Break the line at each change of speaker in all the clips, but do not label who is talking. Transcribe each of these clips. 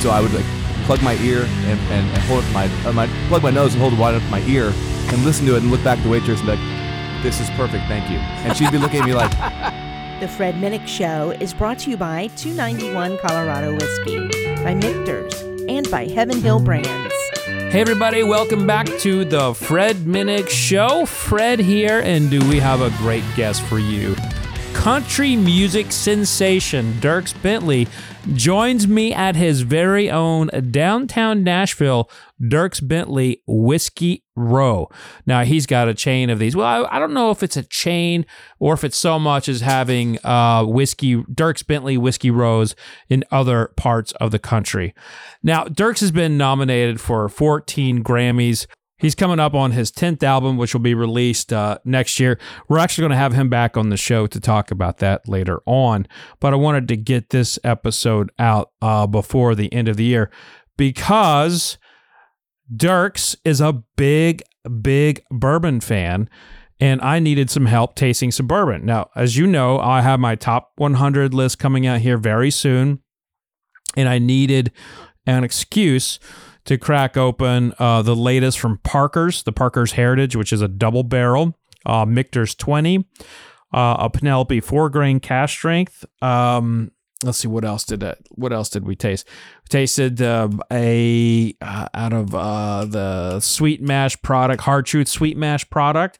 So I would like plug my ear and, and, and hold up my, uh, my plug my nose and hold it wide up my ear and listen to it and look back at the waitress and be like, "This is perfect, thank you." And she'd be looking at me like,
The Fred Minnick Show is brought to you by 291 Colorado Whiskey, by Michter's, and by Heaven Hill Brands.
Hey, everybody, welcome back to the Fred Minnick Show. Fred here, and do we have a great guest for you? Country music sensation Dirks Bentley joins me at his very own downtown Nashville, Dirks Bentley Whiskey Row. Now, he's got a chain of these. Well, I, I don't know if it's a chain or if it's so much as having uh, whiskey, Dirks Bentley Whiskey Rows in other parts of the country. Now, Dirks has been nominated for 14 Grammys. He's coming up on his 10th album, which will be released uh, next year. We're actually going to have him back on the show to talk about that later on. But I wanted to get this episode out uh, before the end of the year because Dirks is a big, big bourbon fan. And I needed some help tasting some bourbon. Now, as you know, I have my top 100 list coming out here very soon and I needed an excuse to crack open uh, the latest from Parker's, the Parker's Heritage, which is a double barrel, uh, Michter's 20, uh, a Penelope four grain cash strength. Um, let's see what else did that, what else did we taste? We tasted uh, a uh, out of uh, the sweet mash product, Hard Truth sweet mash product.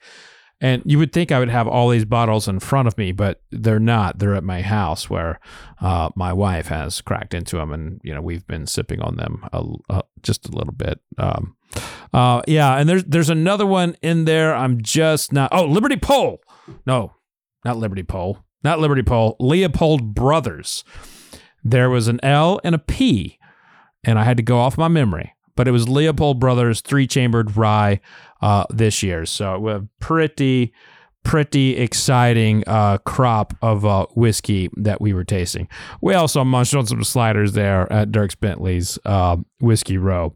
And you would think I would have all these bottles in front of me, but they're not. They're at my house where uh, my wife has cracked into them, and you know we've been sipping on them a, uh, just a little bit. Um, uh, yeah, and there's there's another one in there. I'm just not. Oh, Liberty Pole. No, not Liberty Pole. Not Liberty Pole. Leopold Brothers. There was an L and a P and I had to go off my memory. But it was Leopold Brothers three chambered rye uh, this year, so a pretty, pretty exciting uh, crop of uh, whiskey that we were tasting. We also munched on some sliders there at Dirks Bentley's uh, Whiskey Row.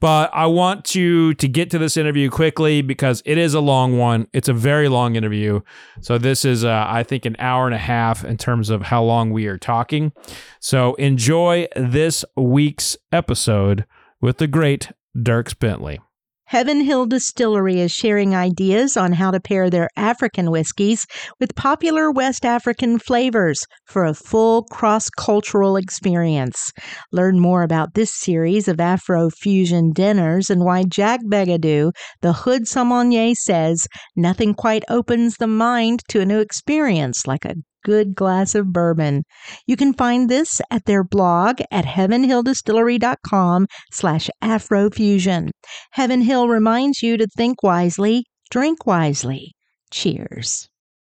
But I want to to get to this interview quickly because it is a long one. It's a very long interview. So this is, uh, I think, an hour and a half in terms of how long we are talking. So enjoy this week's episode with the great Dirks Bentley.
Heaven Hill Distillery is sharing ideas on how to pair their African whiskeys with popular West African flavors for a full cross cultural experience. Learn more about this series of Afro fusion dinners and why Jack Begadou, the Hood sommelier, says nothing quite opens the mind to a new experience like a good glass of bourbon. You can find this at their blog at heavenhilldistillery.com slash afrofusion. Heaven Hill reminds you to think wisely, drink wisely. Cheers.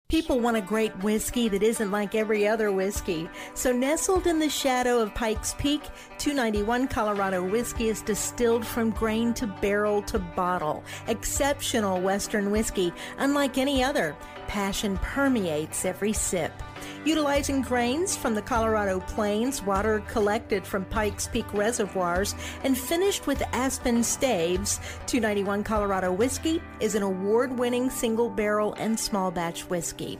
People want a great whiskey that isn't like every other whiskey. So, nestled in the shadow of Pikes Peak, 291 Colorado whiskey is distilled from grain to barrel to bottle. Exceptional Western whiskey, unlike any other. Passion permeates every sip. Utilizing grains from the Colorado Plains, water collected from Pikes Peak reservoirs, and finished with aspen staves, 291 Colorado Whiskey is an award winning single barrel and small batch whiskey.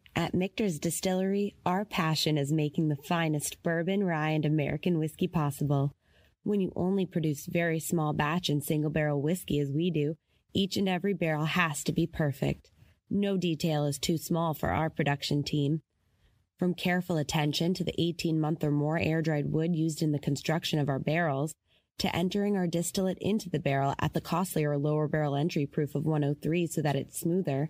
At Michter's Distillery, our passion is making the finest bourbon, rye, and American whiskey possible. When you only produce very small batch and single barrel whiskey as we do, each and every barrel has to be perfect. No detail is too small for our production team. From careful attention to the 18 month or more air dried wood used in the construction of our barrels, to entering our distillate into the barrel at the costlier lower barrel entry proof of 103 so that it's smoother,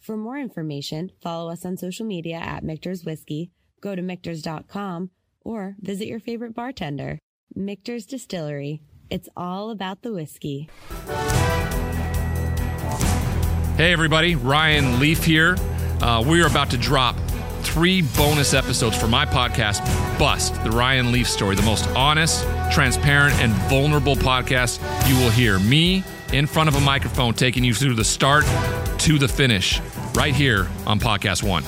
For more information, follow us on social media at Michter's Whiskey, go to Michter's.com, or visit your favorite bartender. Michter's Distillery. It's all about the whiskey.
Hey, everybody, Ryan Leaf here. Uh, we are about to drop three bonus episodes for my podcast, Bust, the Ryan Leaf story, the most honest, transparent, and vulnerable podcast you will hear. Me in front of a microphone taking you through the start to the finish, right here on Podcast One.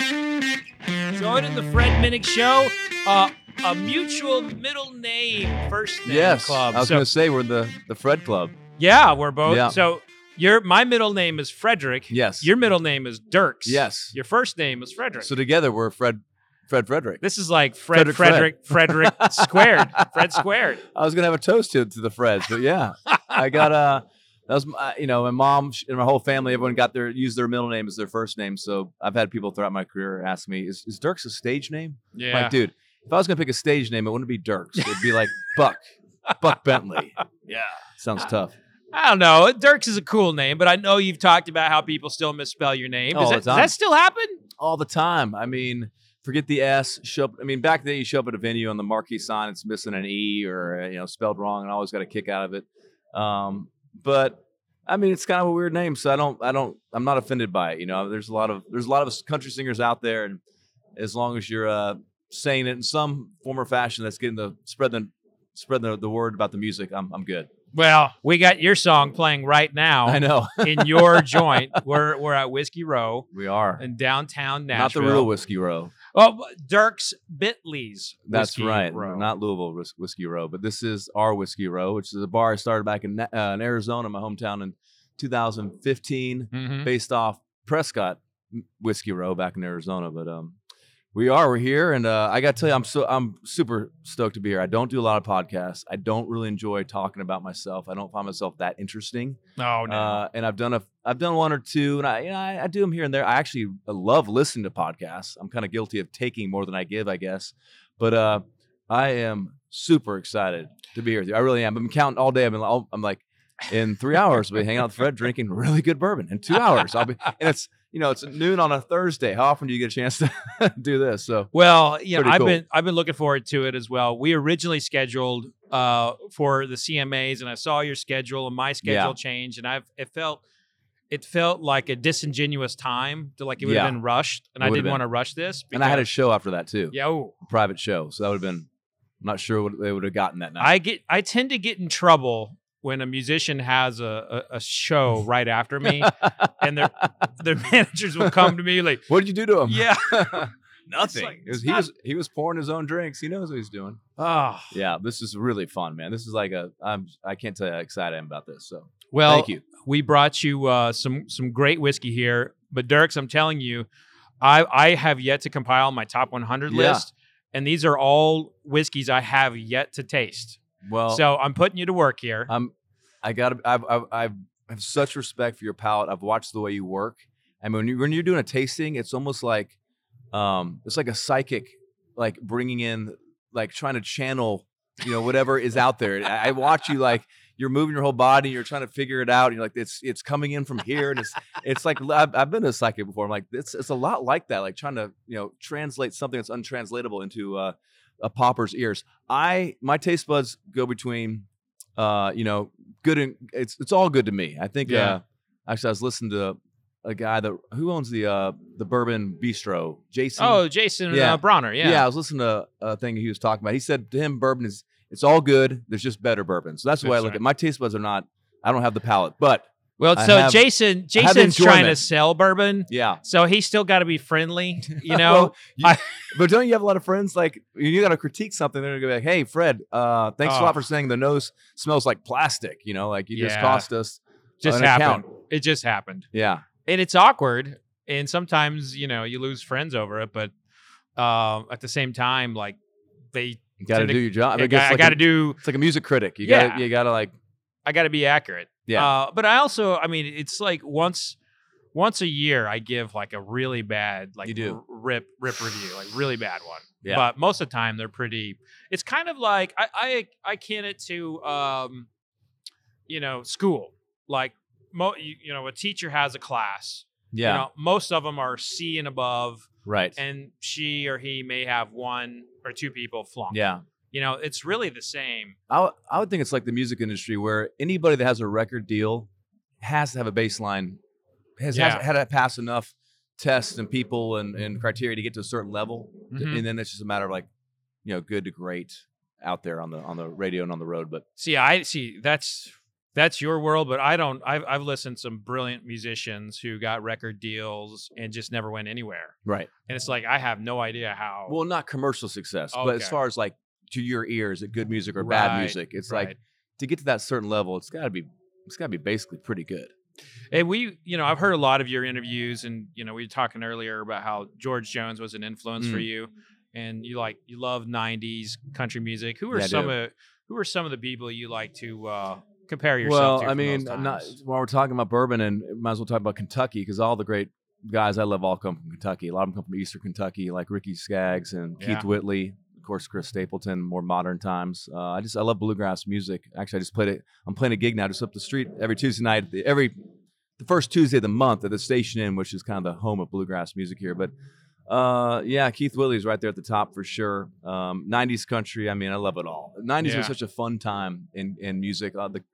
Joining the Fred Minnick Show, uh, a mutual middle name first name
Yes,
club.
I was
So-
gonna say we're the the Fred Club.
yeah, we're both.
Yeah.
So your my middle name is Frederick.
Yes.
Your middle name is Dirks.
Yes.
Your first name is Frederick.
so together we're Fred Fred Frederick.
this is like Fred Frederick
Frederick
Frederick, squared. Fred squared.
I was gonna have a toast to to the Freds, but yeah, I got uh That was, my- you know, my mom sh- and my whole family. Everyone got their used their middle name as their first name. So I've had people throughout my career ask me, "Is, is Dirks a stage name?"
Yeah.
Like, dude, if I was gonna pick a stage name, it wouldn't be Dirks. It'd be like Buck, Buck Bentley.
Yeah.
Sounds tough.
I don't know. Dirks is a cool name, but I know you've talked about how people still misspell your name. Does,
All
that,
the
does
time.
that still happen?
all the time. I mean, forget the S. Show up, I mean, back then you show up at a venue on the marquee sign, it's missing an E or uh, you know spelled wrong, and I always got a kick out of it. Um, but I mean, it's kind of a weird name, so I don't, I don't, I'm not offended by it. You know, there's a lot of there's a lot of us country singers out there, and as long as you're uh, saying it in some form or fashion, that's getting the spread the spread the, the word about the music. I'm I'm good.
Well, we got your song playing right
I
now
know
in your joint. We're we're at Whiskey Row
we are.
in downtown
Not the
Nashville.
real whiskey row.
Oh, Dirks Bentley's.
That's
Whiskey
right.
Row.
Not Louisville Whis- Whiskey Row, but this is our Whiskey Row, which is a bar I started back in, Na- uh, in Arizona, my hometown, in 2015,
Mhm.
based off Prescott mm, Whiskey Row back in Arizona. But um, we are we're here, and uh, I got to tell you, I'm so I'm super stoked to be here. I don't do a lot of podcasts. I don't really enjoy talking about myself. I don't find myself that interesting.
Oh no.
Uh, and I've done a I've done one or two, and I you know I, I do them here and there. I actually love listening to podcasts. I'm kind of guilty of taking more than I give, I guess. But uh, I am super excited to be here with you. I really am. I'm counting all day. I've been all, I'm like in three hours we'll be hanging out with Fred drinking really good bourbon. In two hours I'll be and it's you know it's noon on a Thursday. How often do you get a chance to do this? So
well, you know,
pretty
I've
cool.
been I've been looking forward to it as well. We originally scheduled uh, for the CMAs, and I saw your schedule and my schedule
Yeah.
changed, and I've it felt it felt like a disingenuous time to like it would
Yeah.
have been rushed, and
It
I
would've
didn't
been.
want to rush this.
and I had a
because-
show after that too,
yeah. oh.
a private show. So that would have been I'm not sure what they would have gotten that night.
I get I tend to get in trouble when a musician has a, a, a show right after me, and their their managers will come to me like,
what did you do to him?
yeah,
Nothing.
like-
it was,
it's
he
not-
was he was pouring his own drinks. He knows what he's doing.
oh,
Yeah, this is really fun, man. This is like a I'm I can't tell you how excited I am about this. So
well,
thank you.
we brought you uh, some some great whiskey here. But Dirks, I'm telling you, I I have yet to compile my top 100
Yeah.
list, and these are all whiskeys I have yet to taste.
Well,
so I'm putting you to work here.
I'm I gotta I've, I've I've I have such respect for your palate. I've watched the way you work. I mean, when, you, when you're doing a tasting, it's almost like um it's like a psychic, like bringing in like trying to channel you know whatever is out there. I, I watch you like. You're moving your whole body. You're trying to figure it out. And you're like, it's it's coming in from here, and it's it's like I've, I've been to a psychic before. I'm like, it's it's a lot like that. Like trying to you know translate something that's untranslatable into uh, a popper's ears. I my taste buds go between, uh, you know, good and it's it's all good to me. I think.
Yeah.
Uh, actually, I was listening to a guy that who owns the uh the bourbon bistro, Jason.
oh, Jason
Yeah.
uh, Bronner, yeah.
I was listening to a thing he was talking about. He said to him, bourbon is it's all good. There's just better bourbon. So that's the way I
That's
look
right.
at my taste buds are not. I don't have the palate, but
Well,
I
so
have-
Jason
I have
Jason's trying to
enjoyment.
sell bourbon.
yeah.
So he's still got to be friendly, you know.
Well, you-
I-
but don't you have a lot of friends like when you got to critique something? They're gonna be like, "Hey, Fred, uh, thanks a
Oh.
lot for saying the nose smells like plastic." You know, like you just
Yeah.
cost us.
just
an account.
happened. It just happened,
Yeah,
and it's awkward. And sometimes, you know, you lose friends over it. But um, at the same time, like they,
you got to
Send a-
do your job.
I,
mean, it's like
got to
a-
do.
It's like a music critic. You
Yeah.
gotta, you gotta like,
I got to be accurate.
Yeah.
Uh, but I also, I mean, it's like once once a year I give like a really bad like
You do.
r- rip rip review, like really bad one.
Yeah.
But most of the time they're pretty. It's kind of like I I I can it to um, you know, school. Like mo you, you know, a teacher has a class.
Yeah.
You know, most of them are C and above,
right.
and she or he may have one or two people flunk.
yeah.
You know, it's really the same.
I, w- I would think it's like the music industry where anybody that has a record deal has to have a baseline, has,
Yeah.
has had to pass enough tests and people and, and criteria to get to a certain level.
Mhm.
And then it's just a matter of like, you know, good to great out there on the on the radio and on the road. But
See, I see that's that's your world, but I don't. I've I've listened to some brilliant musicians who got record deals and just never went anywhere,
right.
and it's like I have no idea how.
Well, not commercial success, but as
Okay.
far as like to your ears, it good music or
Right,
bad music, it's
right.
like to get to that certain level, it's got to be it's got to be basically pretty good.
And we, you know, I've heard a lot of your interviews, and you know, we were talking earlier about how George Jones was an influence for
Mm.
you, and you like you love '90s country music. Who are
Yeah, I
some
do.
of who are some of the people you like to uh, compare
well,
yourself to?
I
from those
mean, not,
times?
while we're talking about bourbon, and might as well talk about Kentucky because all the great guys I love all come from Kentucky. A lot of them come from Eastern Kentucky, like Ricky Skaggs and
Yeah.
Keith Whitley, of course, Chris Stapleton, more modern times. Uh, I just I love bluegrass music. Actually, I just played it. I'm playing a gig now just up the street every Tuesday night. The, every the first Tuesday of the month at the Station Inn, which is kind of the home of bluegrass music here, but. Uh yeah, Keith Willie's right there at the top for sure. Um, 90s country, I mean, I love it all. 90s
Yeah.
was such a fun time in in music. Uh, the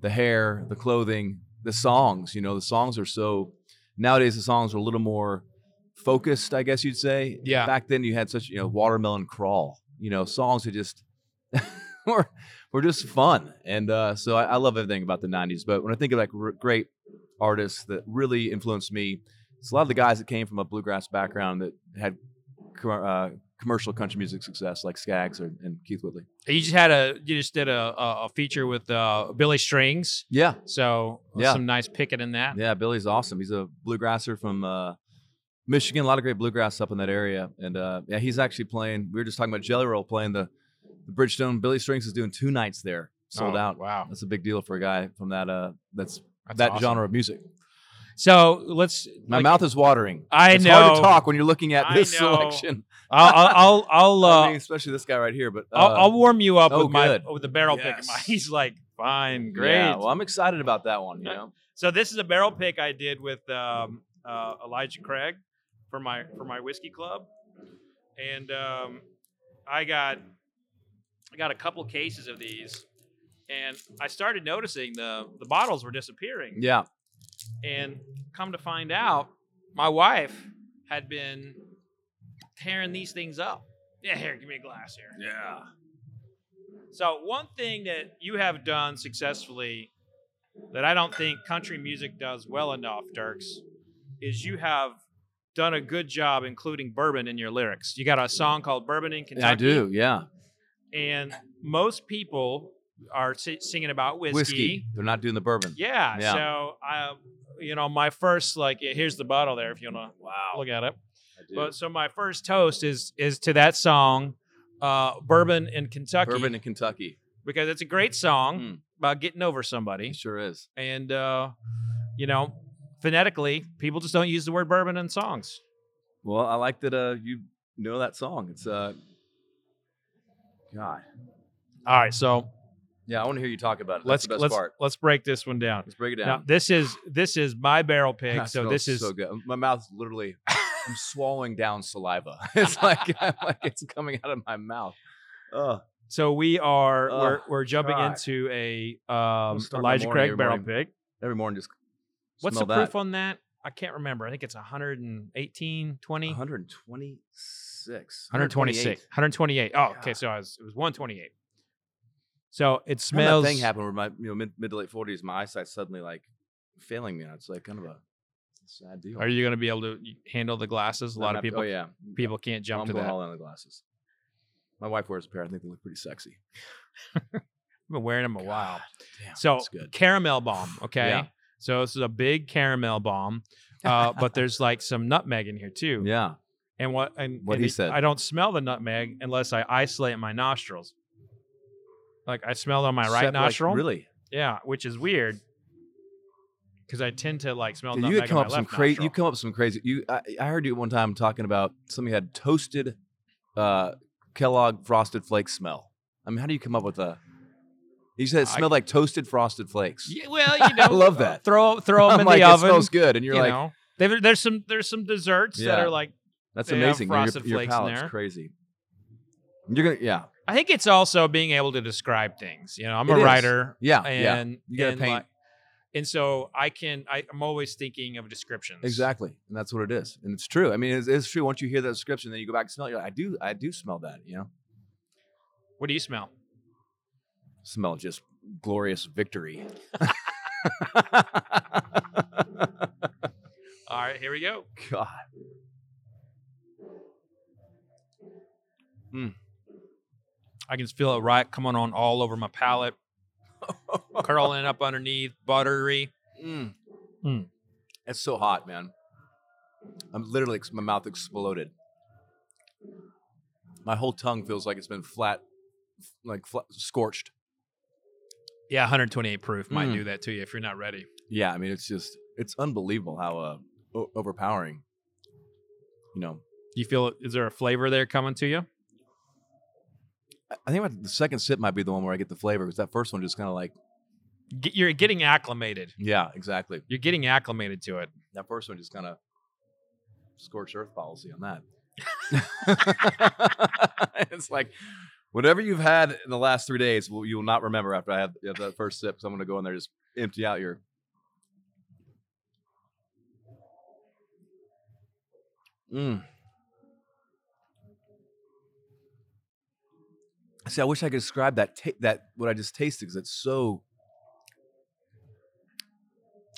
the hair, the clothing, the songs. You know, the songs are so nowadays the songs are a little more focused, I guess you'd say.
Yeah.
Back then you had such, you know, watermelon crawl, you know, songs that just were were just fun. And uh, so I, I love everything about the nineties. But when I think of like r- great artists that really influenced me, it's a lot of the guys that came from a bluegrass background that had co- uh, commercial country music success like Skaggs or, and Keith Whitley.
you just had a you just did a a, a feature with uh, Billy Strings.
Yeah.
So
Yeah.
some nice picking in that.
Yeah, Billy's awesome. He's a bluegrasser from uh, Michigan. A lot of great bluegrass up in that area, and uh, yeah, he's actually playing. We were just talking about Jelly Roll playing the, the Bridgestone. Billy Strings is doing two nights there, sold
Oh,
out.
Wow,
That's a big deal for a guy from that uh, that's,
That's
that
awesome.
genre of music.
So let's.
My
like,
mouth is watering.
I
it's hard
know.
to talk when you're looking at
I
this
know.
selection,
I'll I'll I'll I'll,
I
uh,
mean, especially this guy right here. But uh,
I'll, I'll warm you up
oh,
with my
good.
with the barrel pick. in
Yes.
my- He's like fine, great.
yeah, well, I'm excited about that one. You know,
so this is a barrel pick I did with um, uh, Elijah Craig for my for my whiskey club, and um, I got I got a couple cases of these, and I started noticing the the bottles were disappearing.
yeah,
And come to find out, my wife had been tearing these things up. Yeah, here, give me a glass here.
yeah.
So, one thing that you have done successfully that I don't think country music does well enough, Dirks, is you have done a good job including bourbon in your lyrics. You got a song called Bourbon in Kentucky.
I do. Yeah,
And most people are si- singing about
whiskey. They're not doing the bourbon.
Yeah.
Yeah.
So I, you know, my first like yeah, here's the bottle there if you want to look at it.
I do.
But so my first toast is is to that song, uh, "Bourbon in Kentucky,"
bourbon in Kentucky.
because it's a great song
Mm.
about getting over
It
somebody,
sure is.
and uh, you know, phonetically, people just don't use the word bourbon in songs.
Well, I like that uh, you know that song. It's uh, God,
All right, so
yeah. I want to hear you talk about it. That's
let's
the best
let's
part.
let's break this one down.
Let's break it
Now
down.
this is this is my barrel pick,
That
so
smells
this is
so good. My mouth's literally. I'm swallowing down saliva. It's like I'm like it's coming out of my mouth. Ugh.
so we are
Ugh,
we're we're jumping
Oh, God.
into a um,
start my
Elijah
morning
Craig
every
barrel
morning.
pick.
every morning just.
What's
smell
the
that.
proof on that? I can't remember. I think it's 118, 20,
126.
126, 128. Oh, okay.
Yeah.
So I was, it was 128. So it
Smells.
smells.
That thing happened where my you know mid, mid to late 40s, my eyesight suddenly like failing me. And it's like kind of a sad deal.
Are you going to be able to handle the glasses? A
I'm
lot of
happy-
people,
Oh yeah.
people can't jump
I'm
to
going
that.
all in on the glasses. My wife wears a pair. I think they look pretty sexy.
I've been wearing them a while.
God, Damn,
So
that's good.
caramel bomb. Okay.
Yeah.
So this is a big caramel bomb, uh, but there's like some nutmeg in here too.
Yeah,
And what and
What
and
he
it-
said.
I don't smell the nutmeg unless I isolate my nostrils. Like I smell it on my right
Except, like,
nostril.
really?
Yeah, which is weird. because I tend to like smell.
Dude,
nutmeg
you
on
had come
my
up some
left
crazy.
nostril.
You come up some crazy. You, I, I heard you one time talking about something that had toasted uh, Kellogg frosted flake smell. I mean, how do you come up with a? You said it
I-
smelled like toasted frosted flakes.
Yeah, well, you know,
I love that.
Throw throw them
I'm
in
like,
the oven.
It smells good, and you're
you
like,
know, There- there's some there's some desserts that
Yeah.
are like
that's
they have
amazing. man. Your,
frosted
your
flakes in
palate's
there.
crazy. You're gonna, yeah,
I think it's also being able to describe things. You know, I'm
It
a
is.
writer,
yeah, yeah.
and
You gotta
and
paint.
like- and so I can. I, I'm always thinking of descriptions.
Exactly, and that's what it is, and it's true. I mean, it's, it's true. Once you hear that description, then you go back and smell. it, You're like, I do, I do smell that. You know,
What do you smell?
smell just glorious victory.
All right, here we go.
God.
I can feel it right coming on all over my palate, curling up underneath, buttery.
Mm.
Mm.
It's so hot, man. I'm literally my mouth exploded. My whole tongue feels like it's been flat, like flat, scorched.
Yeah, 128 proof might
Mm.
do that to you if you're not ready.
Yeah, I mean, it's just it's unbelievable how uh, o- overpowering. You know,
You feel? Is there a flavor there coming to you?
I- I think about the second sip might be the one where I get the flavor because that first one just kind of like,
Get, you're getting acclimated.
yeah, exactly.
You're getting acclimated to it.
That first one just kind of scorched earth policy on that. it's like whatever you've had in the last three days, will you will not remember after I have, have that first sip. So I'm going to go in there just empty out your. Mm. See, I wish I could describe that ta- that what I just tasted because it's so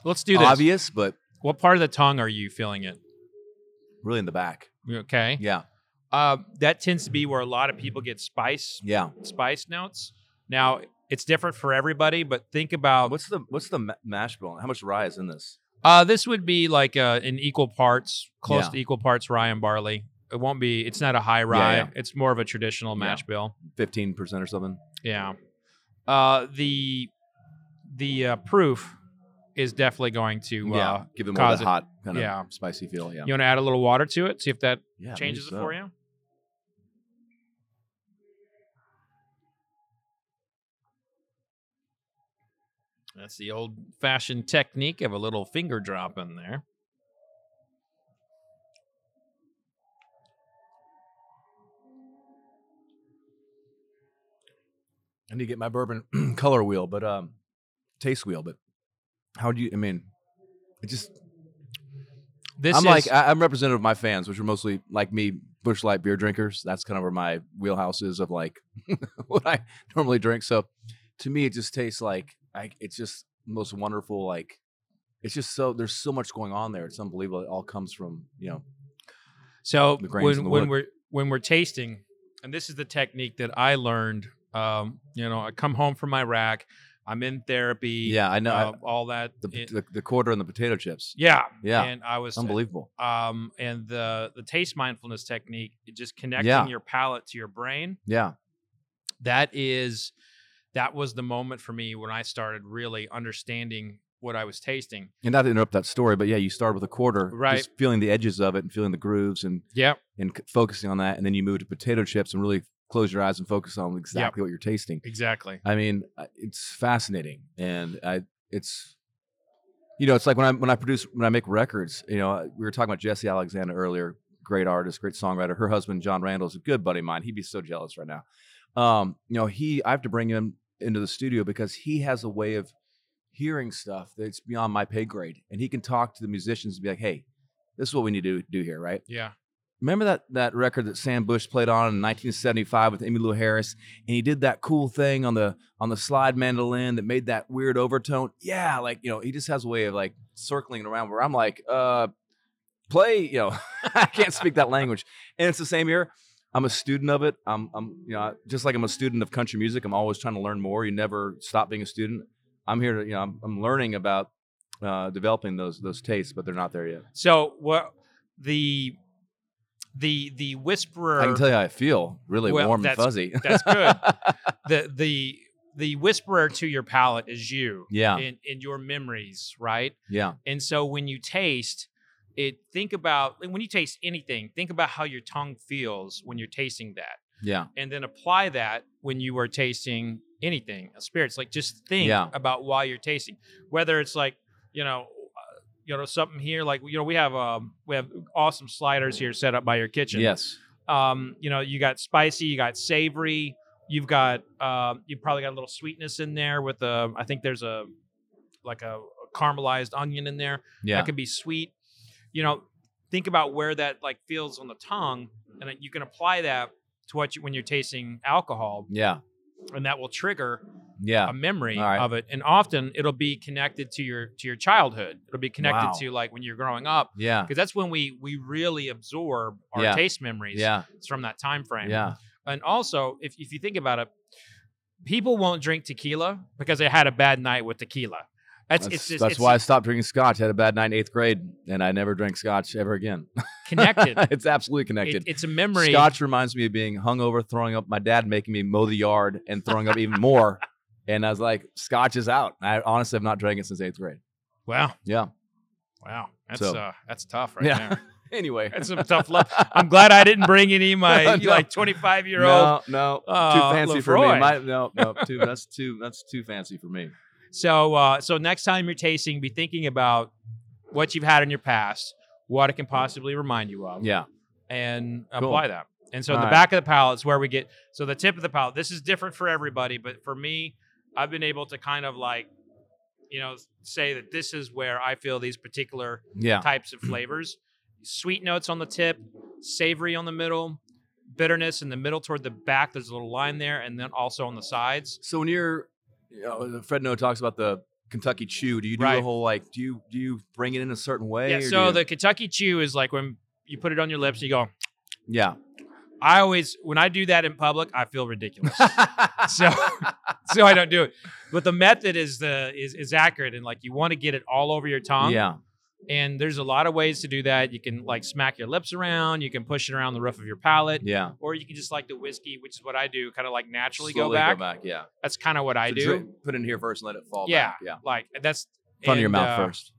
Let's do this.
obvious, but
What part of the tongue are you feeling it?
really in the back.
You Okay.
Yeah,
Uh, that tends to be where a lot of people get spice
yeah.
spice notes. Now it's different for everybody, but think about
Uh, What's the what's the ma- mash bill? How much rye is in this?
uh, this would be like uh, in equal parts, close
Yeah.
to equal parts rye and barley. It won't be. It's not a high rye.
yeah.
It's more of a traditional
Yeah.
mash bill.
Fifteen percent or something.
Yeah. Uh, the the uh, proof is definitely going to. Uh,
yeah, give them more
cause
that
it-
hot kind of
yeah.
spicy feel. Yeah,
You want to add a little water to it, see if that
yeah maybe
changes it
so.
for you. That's the old fashioned technique of a little finger drop in there.
I need to get my bourbon color wheel, but um, taste wheel. But how do you? I mean, it just.
This
I'm
is
like I, I'm representative of my fans, which are mostly like me, bush light beer drinkers. That's kind of where my wheelhouse is of like what I normally drink. So to me, it just tastes like I, it's just the most wonderful. Like it's just so there's so much going on there. It's unbelievable. It all comes from you know
so
the grains in
when
the
when
wood.
we're when we're tasting, and this is the technique that I learned. Um, you know, I come home from Iraq, I'm in therapy.
Yeah, I know. I-
uh, all that.
the,
it-
the the quarter and the potato chips.
yeah,
Yeah,
And I was
unbelievable.
um, and the the taste mindfulness technique, it just connecting
Yeah.
your palate to your brain.
Yeah,
That is, that was the moment for me when I started really understanding what I was tasting.
and not to interrupt that story, but yeah, you start with a quarter,
Right.
Just feeling the edges of it and feeling the grooves and
Yeah,
and c- focusing on that, and then you move to potato chips and really close your eyes and focus on exactly what you're tasting.
exactly.
I mean, I- it's fascinating, and I it's you know it's like when I when I produce when I make records. You know, uh, we were talking about Jesse Alexander earlier, great artist, great songwriter. Her husband John Randall is a good buddy of mine. He'd be so jealous right now. Um, you know, he I have to bring him into the studio because he has a way of hearing stuff that's beyond my pay grade, and he can talk to the musicians and be like, "Hey, this is what we need to do here, right?"
Yeah,
Remember that that record that Sam Bush played on in 1975 with Emmylou Harris, and he did that cool thing on the on the slide mandolin that made that weird overtone. Yeah, like you know, he just has a way of like circling around where I'm like, uh, play. You know, I can't speak that language, and it's the same here. I'm a student of it. I'm I'm you know just like I'm a student of country music. I'm always trying to learn more. You never stop being a student. I'm here to you know I'm, I'm learning about uh, developing those those tastes, but they're not there yet.
So what the the the whisperer
I can tell you how I feel really
Well,
warm and
that's-
fuzzy.
that's good. the the the whisperer to your palate is you
Yeah.
in, in your memories, right?
Yeah.
And so when you taste it, think about when you taste anything, think about how your tongue feels when you're tasting that.
Yeah.
And then apply that when you are tasting anything, uh, spirits. Like just think
Yeah.
about why you're tasting, whether it's like, you know, uh, you know, something here, like, you know, we have, um, we have awesome sliders here set up by your kitchen
Yes.
um, you know, you got spicy, you got savory, you've got um, you probably got a little sweetness in there with a, I think there's a like a, caramelized onion in there
Yeah.
that could be sweet. You know, think about where that like feels on the tongue, and then you can apply that to what you when you're tasting alcohol,
Yeah.
and that will trigger
Yeah.
a memory
All right.
of it. And often it'll be connected to your to your childhood. It'll be connected
Wow.
to like when you're growing up.
Yeah.
Because that's when we we really absorb our
Yeah.
taste memories
Yeah.
It's from that time frame.
Yeah.
And also, if, if you think about it, people won't drink tequila because they had a bad night with tequila. That's,
That's,
it's, it's,
that's
it's
why I stopped drinking scotch. I had a bad night in eighth grade, and I never drank scotch ever again.
connected. It-
it's absolutely connected.
it's a memory.
Scotch reminds me of being hungover, throwing up. My dad making me mow the yard and throwing up even more. And I was like, "Scotch is out." I honestly have not drank it since eighth grade.
Wow.
Yeah.
Wow. That's,
So-
uh, that's tough right
Yeah.
there.
Anyway,
That's some tough love. I'm glad I didn't bring any of my
No.
like 25 year old.
no, no,
uh,
too fancy for
Lefroy.
me. My, no, no, too. That's too. That's too fancy for me.
So, uh, so next time you're tasting, be thinking about what you've had in your past, what it can possibly remind you of.
Yeah.
and
Cool.
apply that. And so in the
Alright.
back of the palate is where we get so the tip of the palate. This is different for everybody, but for me, I've been able to kind of like, you know, say that this is where I feel these particular
Yeah.
types of flavors. Sweet notes on the tip, savory on the middle, bitterness in the middle toward the back. There's a little line there, and then also on the sides.
So when you're, you know, uh, Fred No talks about the Kentucky Chew. Do you do
Right.
the whole like? Do you do you bring it in a certain way?
Yeah.
or do
So
you-
the Kentucky Chew is like when you put it on your lips and you go.
yeah.
I always when I do that in public, I feel ridiculous. so so I don't do it. But the method is the is is accurate and like you want to get it all over your tongue.
yeah.
And there's a lot of ways to do that. You can like smack your lips around, you can push it around the roof of your palate,
Yeah.
or you can just like the whiskey, which is what I do, kind of like naturally go
Slowly
back.
Go back. Yeah.
That's kind of what I
So
do.
drink- put it in here first and let it fall.
Yeah.
Back. Yeah.
Like that's
Front of your
and,
mouth
uh,
first.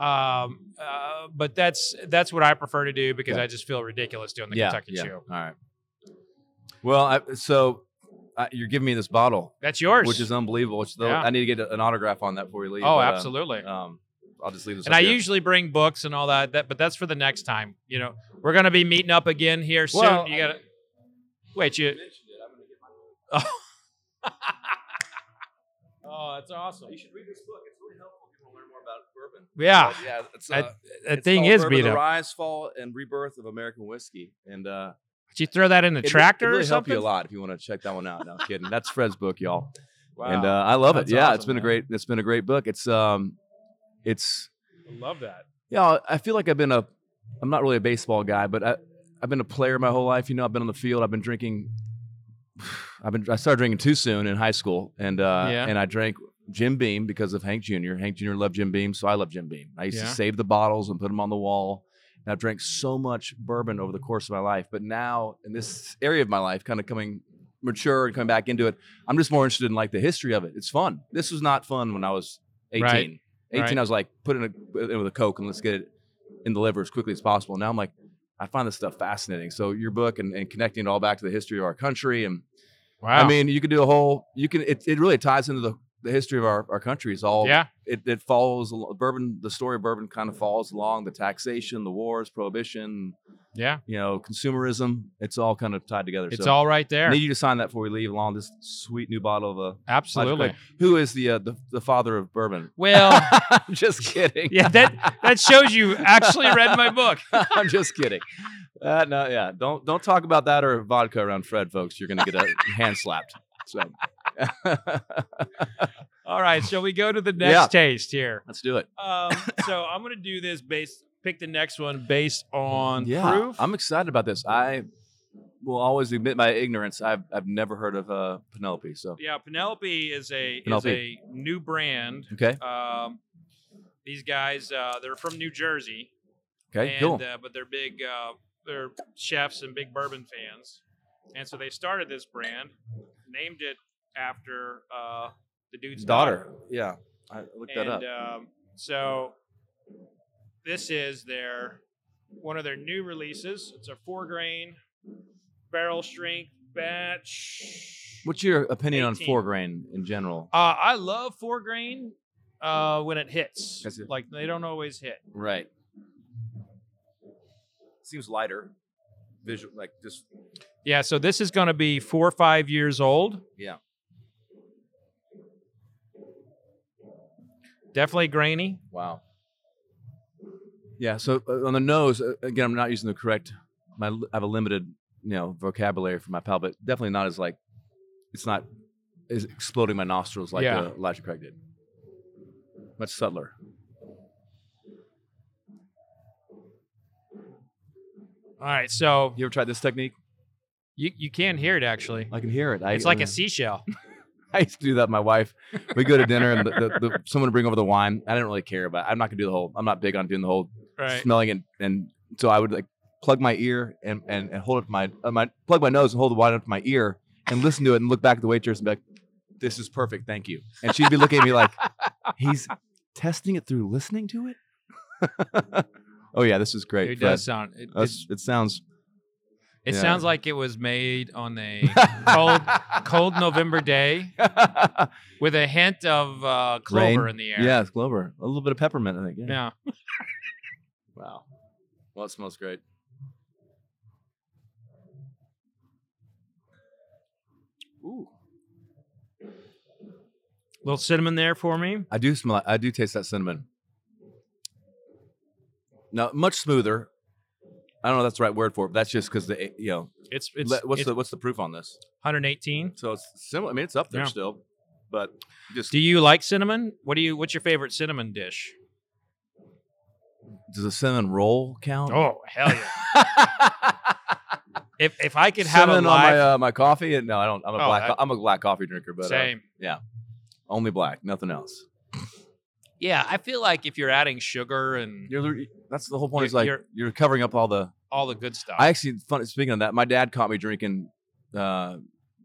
Um uh, but that's that's what I prefer to do because
Okay.
I just feel ridiculous doing the
yeah.
Kentucky
yeah.
Chew.
All right. Well, I, so I, you're giving me this bottle,
That's yours.
which is unbelievable. Which though,
Yeah.
I need to get an autograph on that before we leave.
Oh,
but, uh,
absolutely.
um, I'll just leave this.
and
up
I
here.
usually bring books and all that, that, but that's for the next time. You know, we're gonna be meeting up again here soon.
Well,
you gotta wait. You. Oh. oh, that's awesome.
should read this book. It's really helpful if you want to learn more about bourbon.
Yeah,
But yeah, it's,
Ah, that,
uh,
that
it's
thing
called
is
Bourbon,
beat
The
up.
rise, fall, and rebirth of American whiskey, and uh,
Did you throw that in the
it-
tractor
It really
or something?
help you a lot if you want to check that one out. No kidding. That's Fred's book, y'all.
Wow.
And uh, I love
That's
it. Yeah,
awesome,
it's been
man.
a great. It's been a great book. It's um, it's
I love that.
Yeah, I feel like I've been a. I'm not really a baseball guy, but I, I've been a player my whole life. You know, I've been on the field. I've been drinking. I've been. I started drinking too soon in high school, and uh,
Yeah.
and I drank Jim Beam because of Hank Jr. Hank Jr. loved Jim Beam, so I love Jim Beam. I used
Yeah.
to save the bottles and put them on the wall. And I've drank so much bourbon over the course of my life, but now in this area of my life, kind of coming mature and coming back into it, I'm just more interested in like the history of it. It's fun. This was not fun when I was 18.
Right.
18,
Right.
I was like, put in, a, put it with a Coke and let's get it in the liver as quickly as possible. Now I'm like, I find this stuff fascinating. So your book and, and connecting it all back to the history of our country. And
Wow.
I mean, you could do a whole, you can, it, it really ties into the, the history of our, our country. It's all,
yeah,
it, it follows al- bourbon, the story of bourbon kind of follows along the taxation, the wars, prohibition,
yeah.
you know, consumerism. It's all kind of tied together.
It's
so
all right there.
I need you to sign that before we leave along this sweet new bottle of a,
Absolutely.
who is the, uh, the, the father of bourbon?
Well,
I'm just kidding.
yeah. That that shows you actually read my book.
I'm just kidding. Uh, no, yeah, don't don't talk about that or vodka around Fred, folks. You're gonna get a hand slapped. So
All right. Shall we go to the next
Yeah.
taste here?
let's do it.
Um, so I'm gonna do this based. Pick the next one based on
yeah,
proof.
I'm excited about this. I will always admit my ignorance. I've I've never heard of uh, Penelope. So
Yeah, Penelope is a
Penelope.
is a new brand.
okay,
Um, these guys, uh, they're from New Jersey,
okay,
and,
cool.
uh, but they're big, uh, they're chefs and big bourbon fans, and so they started this brand, named it after uh, the dude's
daughter. Yeah, I looked that up.
and um, so this is their one of their new releases. It's a four grain barrel strength batch.
What's your opinion on
18.
four grain in general?
Uh, I love four grain uh, when it hits.
That's it.
Like they don't always hit.
Right. Seems lighter, visual, like just
Yeah. So this is going to be four or five years old.
yeah.
Definitely grainy.
Wow. Yeah. So uh, on the nose, uh, again, I'm not using the correct. My I have a limited, you know, vocabulary for my palate, but definitely not as like, it's not, is exploding my nostrils like
Yeah.
uh, Elijah Craig did. Much subtler.
All right. So
You ever tried this technique?
you, you can hear it actually.
I can hear it. I, uh,
It's like
I-
a seashell.
I used to do that. with My wife, we go to dinner and the, the, the, someone would bring over the wine. I didn't really care about. It. I'm not gonna do the whole. I'm not big on doing the whole
Right.
smelling and and so I would like plug my ear and and, and hold it to my uh, my plug my nose and hold the wine up to my ear and listen to it and look back at the waitress and be like, "This is perfect, thank you." And she'd be looking at me like, "He's testing it through listening to it." oh yeah, this is great.
It
Fred.
does sound. It, it,
That's- it sounds
it
yeah.
sounds like it was made on a cold cold November day with a hint of uh, clover
Rain?
in the air.
yeah, it's Glover. A little bit of peppermint, I think. yeah.
Yeah.
Wow. Well, it smells great. Ooh.
little cinnamon there for me.
I do smell. I do taste that cinnamon. Now, much smoother. I don't know if that's the right word for it, but that's just because the you know
It's it's,
le- what's
it's
the what's the proof on this?
118.
So it's similar. I mean, it's up there
Yeah.
still, but just
Do you like cinnamon? What do you? What's your favorite cinnamon dish?
does the cinnamon roll count?
Oh hell yeah! if if I could have a
cinnamon on my
live
uh, my coffee. And, no, I don't. I'm a
Oh,
black.
I-
I, am a black coffee drinker, but uh,
same.
only black, nothing else.
Yeah, I feel like if you're adding sugar and
You're, that's the whole point.
You're-
is like
you're-
you're covering up all the
all the good stuff.
I actually, fun, speaking of that, my dad caught me drinking uh,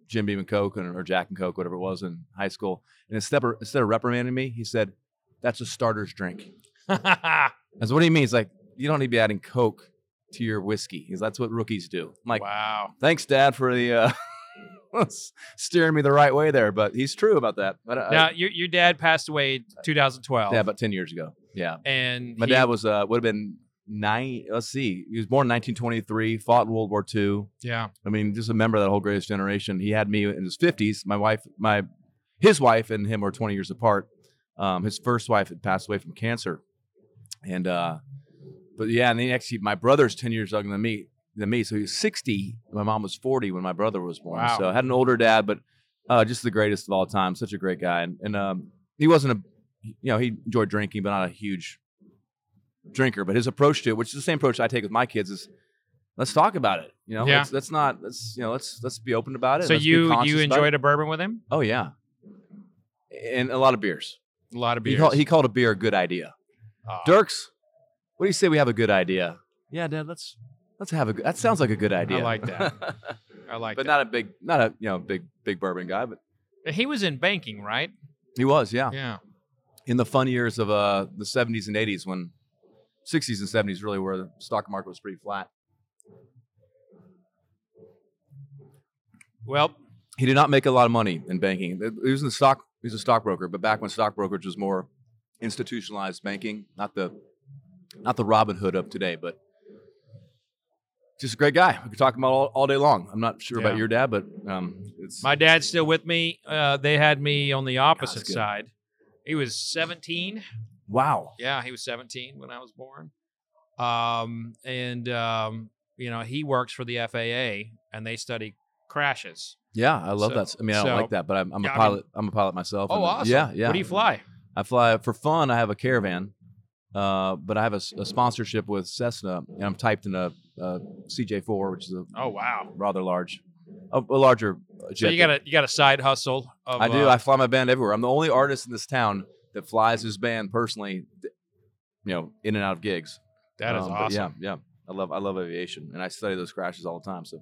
Jim Beam and Coke and, or Jack and Coke, whatever it was in high school. And instead of, instead of reprimanding me, he said, That's a starter's drink. I said, What do you mean? He's like, You don't need to be adding Coke to your whiskey. He's That's what rookies do. I'm like,
wow.
Thanks, Dad, for the uh, steering me the right way there. But he's true about that. But, I- Uh,
Now your your dad passed away in 2012.
yeah, about 10 years ago. Yeah.
and
My
he-
dad was, uh, would have been nine. Let's see. He was born in 1923, fought in World War II.
Yeah.
I mean, just a member of that whole greatest generation. He had me in his fifties. My wife, my his wife and him were twenty years apart. Um, his first wife had passed away from cancer, and uh, but yeah, and then actually my brother's ten years younger than me than me, so he was sixty. My mom was forty when my brother was born.
Wow.
So I had an older dad, but uh, just the greatest of all time. Such a great guy, and, and um, he wasn't a you know he enjoyed drinking, but not a huge drinker. But his approach to it, which is the same approach I take with my kids, is let's talk about it. You know,
Yeah.
let's, let's not let's you know let's let's be open about it.
So
Let's be
you
conscious
you
about
enjoyed
it.
a bourbon with him?
Oh yeah, and a lot of beers.
A lot of
He
beers.
called, he called a beer a good idea.
Oh.
Dirks, what do you say we have a good idea? Yeah, Dad, let's let's have a. good That sounds like a good idea.
like that. I like
but
that.
not a big, not a you know big big bourbon guy, but
But he was in banking, right?
he was yeah.
Yeah.
in the fun years of uh, the 70s and 80s when 60s and 70s really where the stock market was pretty flat.
Well,
He did not make a lot of money in banking. He was in the stock. He was a stockbroker, but back when stockbrokerage was more institutionalized banking, not the not the Robin Hood of today, but just a great guy. We could talk about all, all day long. I'm not sure
Yeah.
about your dad, but um, it's
my dad's still with me. Uh, they had me on the opposite
that's good.
side. He was 17.
wow.
Yeah, he was 17 when I was born. Um, and um, you know, he works for the FAA, and they study crashes.
Yeah, I love
So-
that. I mean, I don't
so-
like that, but I'm, I'm
Yeah, I
a
mean-
pilot. I am a pilot myself.
Oh,
and-
awesome!
Yeah, yeah.
What do you fly?
I fly for fun. I have a caravan, uh, but I have a, s- a sponsorship with Cessna, and I'm typed in a, a CJ4, which is a
Oh wow!
rather large, a, a larger uh, jet.
So you got a you got a side hustle. Of,
I do.
uh,
I fly my band everywhere. I'm the only artist in this town that flies his band personally, th- you know, in and out of gigs.
that is
Um, but
awesome.
Yeah, yeah. I love I love aviation, and I study those crashes all the time. So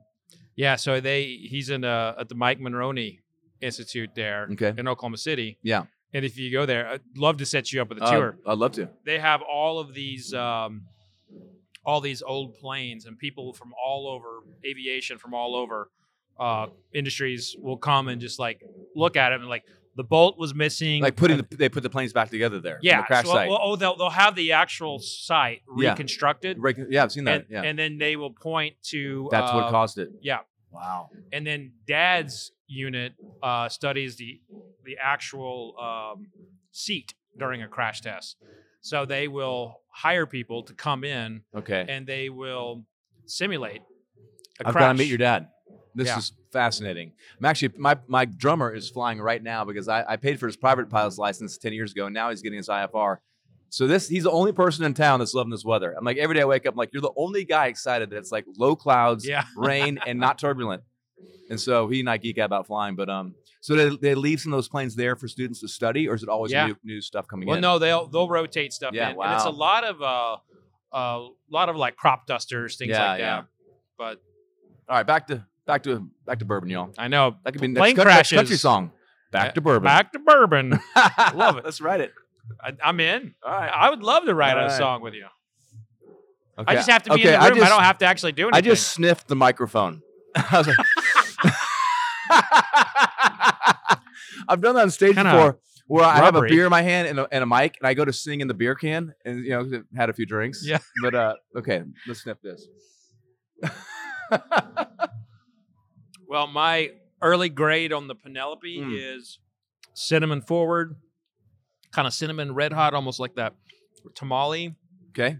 Yeah, so they he's in uh, at the Mike Monroney Institute there
Okay.
in Oklahoma City.
Yeah.
And if you go there, I'd love to set you up with a
Uh,
tour.
I'd love to.
they have all of these um, all these old planes and people from all over aviation from all over uh, industries will come and just like look at it and like the bolt was missing
Like putting the, they put the planes back together there. from
yeah
The crash
so,
site.
well, oh they'll, they'll have the actual site
Yeah.
reconstructed
Right, yeah, I've seen that.
and,
yeah.
and then they will point to
That's
uh,
what caused it.
yeah.
Wow.
and then dad's unit uh, studies the the actual um, seat during a crash test so they will hire people to come in
Okay.
and they will simulate a
I've
crash.
got to meet your dad. This
Yeah.
is fascinating. I'm actually my my drummer is flying right now because I, I paid for his private pilot's license ten years ago, and now he's getting his IFR. So this he's the only person in town that's loving this weather. I'm like every day I wake up, I'm like you're the only guy excited that it's like low clouds,
Yeah.
rain, and not turbulent. And so he and I geek out about flying, but um, so they, they leave some of those planes there for students to study, or is it always
Yeah.
new, new stuff coming
Well,
in?
no, they'll they'll rotate stuff.
Yeah,
in. And it's a
wow.
lot of uh, a lot of like crop dusters, things
Yeah,
like that.
yeah.
But
All right, back to back to back to bourbon, y'all.
I know
That could be
Plane
next country, next country
crashes.
song. Back to bourbon.
back to bourbon. Love it.
Let's write it.
I, I'm in.
All right.
I would love to write a
Alright.
song with you.
Okay.
I just have to be
Okay,
in the room. I,
just-
don't have to actually do anything.
I just sniffed the microphone. I was like, I've done that on stage
Kinda
before, where I have a
rubbery.
beer in my hand and a, and a mic, and I go to sing in the beer can, and you know, 'cause I've had a few drinks.
Yeah.
But uh, okay, let's sniff this.
well, my early grade on the Penelope
Mm.
is cinnamon forward, kind of cinnamon red hot, almost like that tamale.
Okay.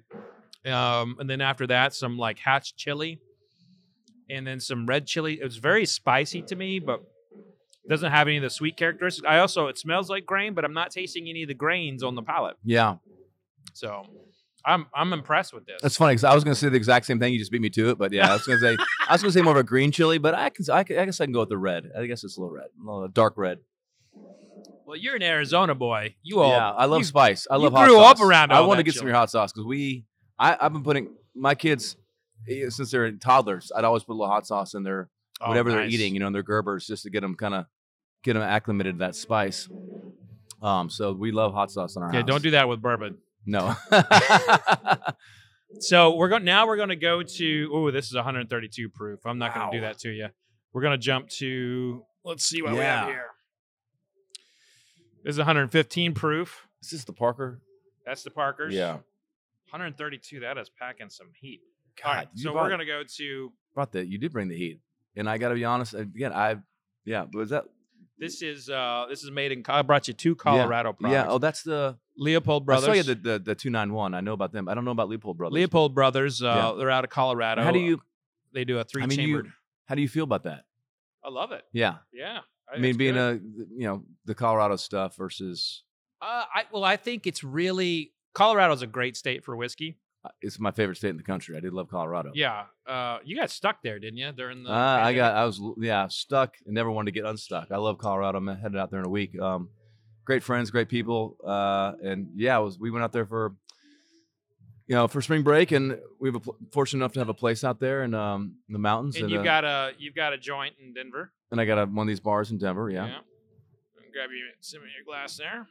um, and then after that, some like hatch chili, and then some red chili. It was very spicy to me, but doesn't have any of the sweet characteristics. I also it smells like grain, but I'm not tasting any of the grains on the palate.
Yeah,
So I'm I'm impressed with this.
that's funny because I was gonna say the exact same thing. You just beat me to it, but yeah, I was gonna say I was gonna say more of a green chili, but I can I, can- I guess I can go with the red. I guess it's a little red, a little dark red.
well, you're an Arizona boy. You all
yeah, I love
you-
spice. I
you
love hot
grew up
sauce.
around
I
all
want to
that
get some of your hot sauce because we. I, I've been putting my kids eh, since they're toddlers. I'd always put a little hot sauce in their
Oh,
whatever they're
nice.
eating, you know, in their Gerbers, just to get them kind of get them acclimated to that spice. Um, so we love hot sauce in our
Yeah,
house.
don't do that with bourbon.
no.
So we're going now. We're going to go to. Oh, this is 132 proof. I'm not going
Wow.
to do that to you. We're going to jump to. Let's see what we
Yeah.
have here. This is 115 proof.
Is this the Parker?
That's the Parkers.
Yeah.
132. That is packing some heat.
God,
All right.
you
So
brought,
we're going to go to.
brought that. You did bring the heat, and I got to be honest. Again, I yeah. Was that
This is uh this is made in. I brought you two Colorado
yeah?
products.
Oh, that's the
Leopold Brothers.
I saw you the the, the two nine one. I know about them. I don't know about Leopold Brothers.
Leopold Brothers. Uh,
Yeah.
They're out of Colorado.
How do you
They do a three
I mean, you-
chambered.
how do you feel about that?
I love it.
Yeah.
Yeah.
I mean,
it's
being a
good.
you know the Colorado stuff versus
Uh, I well, I think it's really Colorado's a great state for whiskey.
uh, it's my favorite state in the country. I did love Colorado.
Yeah, uh, you got stuck there, didn't you? During the
Uh, I
pandemic?
got I was l- yeah stuck and never wanted to get unstuck. I love Colorado. I'm headed out there in a week. Um, great friends, great people, uh, and yeah, it was we went out there for you know for spring break, and we were pl- fortunate enough to have a place out there in um, the mountains,
and you've
uh,
got a you've got a joint in Denver.
and I got a, one of these bars in Denver. Yeah,
grab you some of your glass there.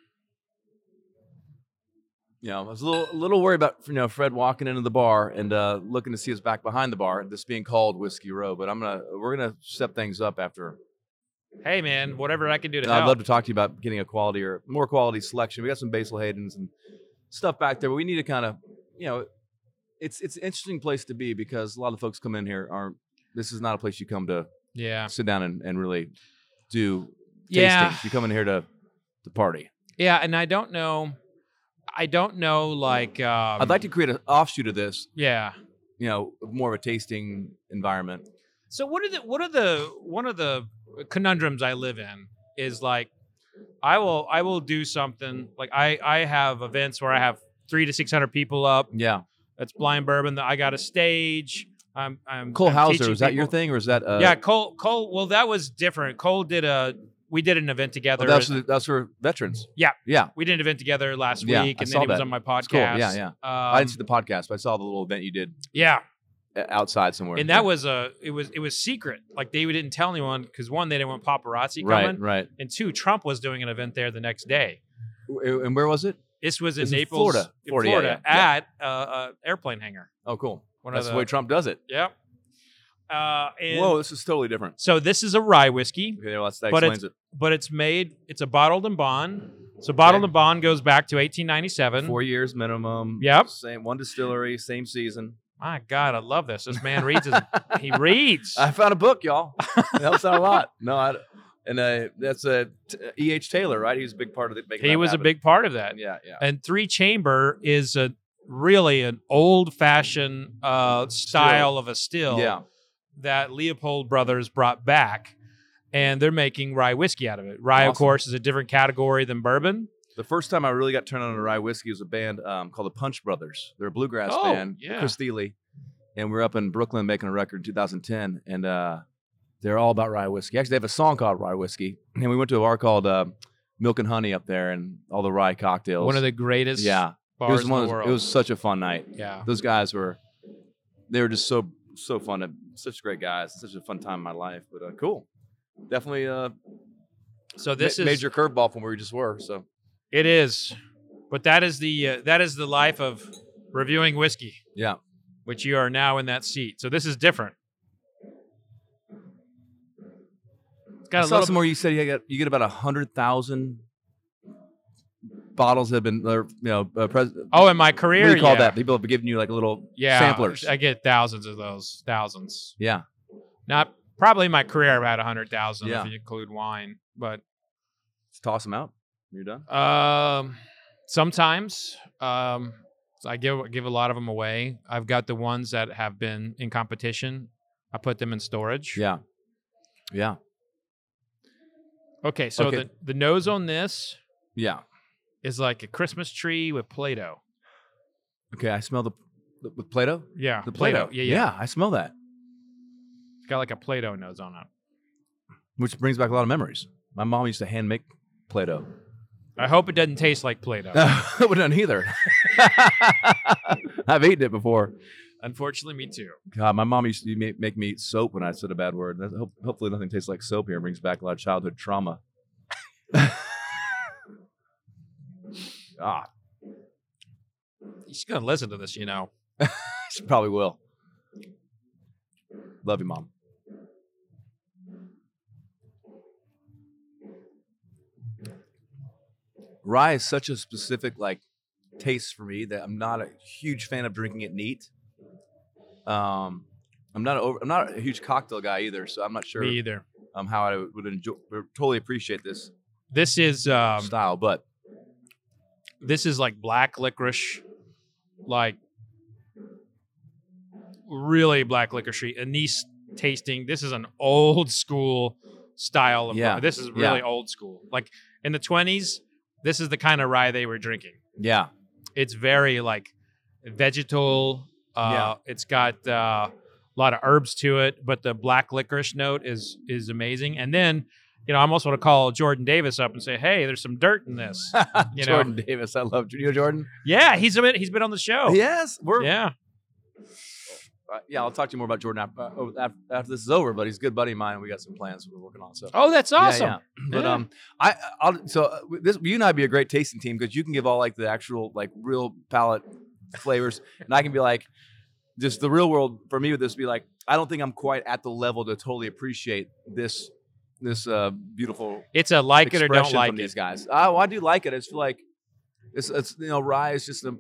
you know, I was a little, a little worried about you know Fred walking into the bar and uh, looking to see us back behind the bar. This being called Whiskey Row, but I'm gonna we're gonna step things up after.
Hey, man, whatever I can do to
And I'd
help.
love to talk to you about getting a quality or more quality selection. We got some Basil Hayden's and stuff back there, but we need to kind of you know, it's it's an interesting place to be because a lot of folks come in here aren't. This is not a place you come to
yeah,
sit down and, and really do tasting.
yeah,
You come in here to to party.
yeah. And I don't know, I don't know. Like, um,
I'd like to create an offshoot of this.
Yeah.
You know, more of a tasting environment.
So what are the what are the one of the conundrums I live in is like I will I will do something like I I have events where I have three to six hundred people up.
Yeah.
That's blind bourbon. I got a stage. I'm I'm
Cole
I'm
Hauser,
teaching
is that your
people.
thing or is that uh
yeah, Cole Cole. Well, that was different. Cole did a we did an event
oh,
together.
that's for- that's for veterans.
Yeah.
Yeah.
we did an event together last
Yeah,
week,
I
and
saw
then he was
that.
on my
cool.
podcast.
Yeah, yeah.
Um,
I didn't see the podcast, but I saw the little event you did. uh,
yeah.
outside somewhere.
And that was a it was it was secret. Like they didn't tell anyone because one, they didn't want paparazzi
right,
coming,
right.
and two, Trump was doing an event there the next day.
W- eh, And where was it?
This was in
It's in
Naples,
Florida.
in
Florida, yeah,
Florida,
yeah, yeah.
at uh, uh, airplane hangar.
Oh, cool.
One
That's
of
the
the,
way Trump does it.
yeah. Uh, and
Whoa, this is totally different.
So this is a rye whiskey,
Okay, well, that's, that
But
explains it.
but it's made. It's a bottled and bond. So bottled
Okay.
and bond goes back to 1897.
Four years minimum.
Yep.
Same one distillery, same season.
My God, I love this. This man reads. His, he reads.
I found a book, y'all. It helps out a lot. No, I, and uh, that's a t- E. H. Taylor, right? He was a big part of the. making
He
that
was
happen.
a big part of that.
Yeah, yeah.
and three chamber is a really an old fashioned uh, style of a still
Yeah.
that Leopold Brothers brought back, and they're making rye whiskey out of it. Rye, of
Awesome.
course, is a different category than bourbon.
The first time I really got turned on to rye whiskey was a band um, called the Punch Brothers. They're a bluegrass
Oh,
band,
yeah.
Chris Thiele, and we were up in Brooklyn making a record in 2010, and uh, they're all about rye whiskey. Actually, they have a song called Rye Whiskey, and we went to a bar called uh, Milk and Honey up there, and all the rye cocktails.
One of the greatest
yeah, it
bars
was one.
in
of those-
the world.
it was such a fun night.
yeah.
Those guys were, they were just so so fun, and such great guys, such a fun time in my life. But uh, cool, definitely. Uh,
So this
ma-
is
major curveball from where we just were. So
It is, but that is the uh, that is the life of reviewing whiskey,
yeah,
which you are now in that seat. So this is different. It's
I
got a
saw
little
somewhere you said you get you get about a hundred thousand bottles that have been, or, you know, uh, pres-
Oh, in my career,
what do you call
yeah.
that? People have given you like little
yeah,
samplers.
I get thousands of those, thousands.
yeah,
Not probably in my career, I've had a hundred thousand
Yeah.
if you include wine, but
just toss them out. You're done.
um, sometimes um, so I give give a lot of them away. I've got the ones that have been in competition. I put them in storage.
Yeah, yeah,
Okay, so
Okay.
the the nose on this
yeah.
is like a Christmas tree with Play-Doh.
Okay, I smell the, the with Play-Doh.
Yeah,
The
Play-Doh. Yeah, yeah,
I smell that,
It's got like a Play-Doh nose on it.
which brings back a lot of memories. My mom used to hand make Play-Doh.
I hope it doesn't taste like Play-Doh.
I wouldn't have either. I've eaten it before.
Unfortunately, me too.
God, my mom used to ma- make me eat soap when I said a bad word. That's- ho- hopefully, nothing tastes like soap here. It brings back a lot of childhood trauma. ah,
She's gonna listen to this, you know.
she probably will. Love you, mom. Rye is such a specific like taste for me that I'm not a huge fan of drinking it neat. Um, I'm not a over, I'm not a huge cocktail guy either, so I'm not sure.
Me either.
um, how I would enjoy, or totally appreciate this
This is um,
style. But
this is like black licorice, like really black licorice, anise tasting. This is an old school style of
Yeah,
rye. This is
yeah.
really old school. Like in the twenties, this is the kind of rye they were drinking.
yeah,
It's very like vegetal. Uh,
Yeah.
It's got uh, a lot of herbs to it, but the black licorice note is is amazing. And then, you know, I almost want to call Jordan Davis up and say, "Hey, there's some dirt in this." You know.
Jordan Davis, I love you, know Jordan.
yeah, he's been he's been on the show.
Yes, we're yeah.
Oh. Yeah.
yeah. I'll talk to you more about Jordan after, after, after this is over. But he's a good buddy of mine, and we got some plans we're working on. So
Oh, that's
Yeah,
awesome.
yeah. But
Yeah.
um, I I'll, so uh, this you and I'd be a great tasting team because you can give all like the actual like real palate flavors, and I can be like. Just the real world for me would this be like I don't think I'm quite at the level to totally appreciate this this uh, beautiful
It's a like it or don't
expression
like
from
it.
these guys. I, well, I do like it. I just feel like it's, it's you know, rye is just a, a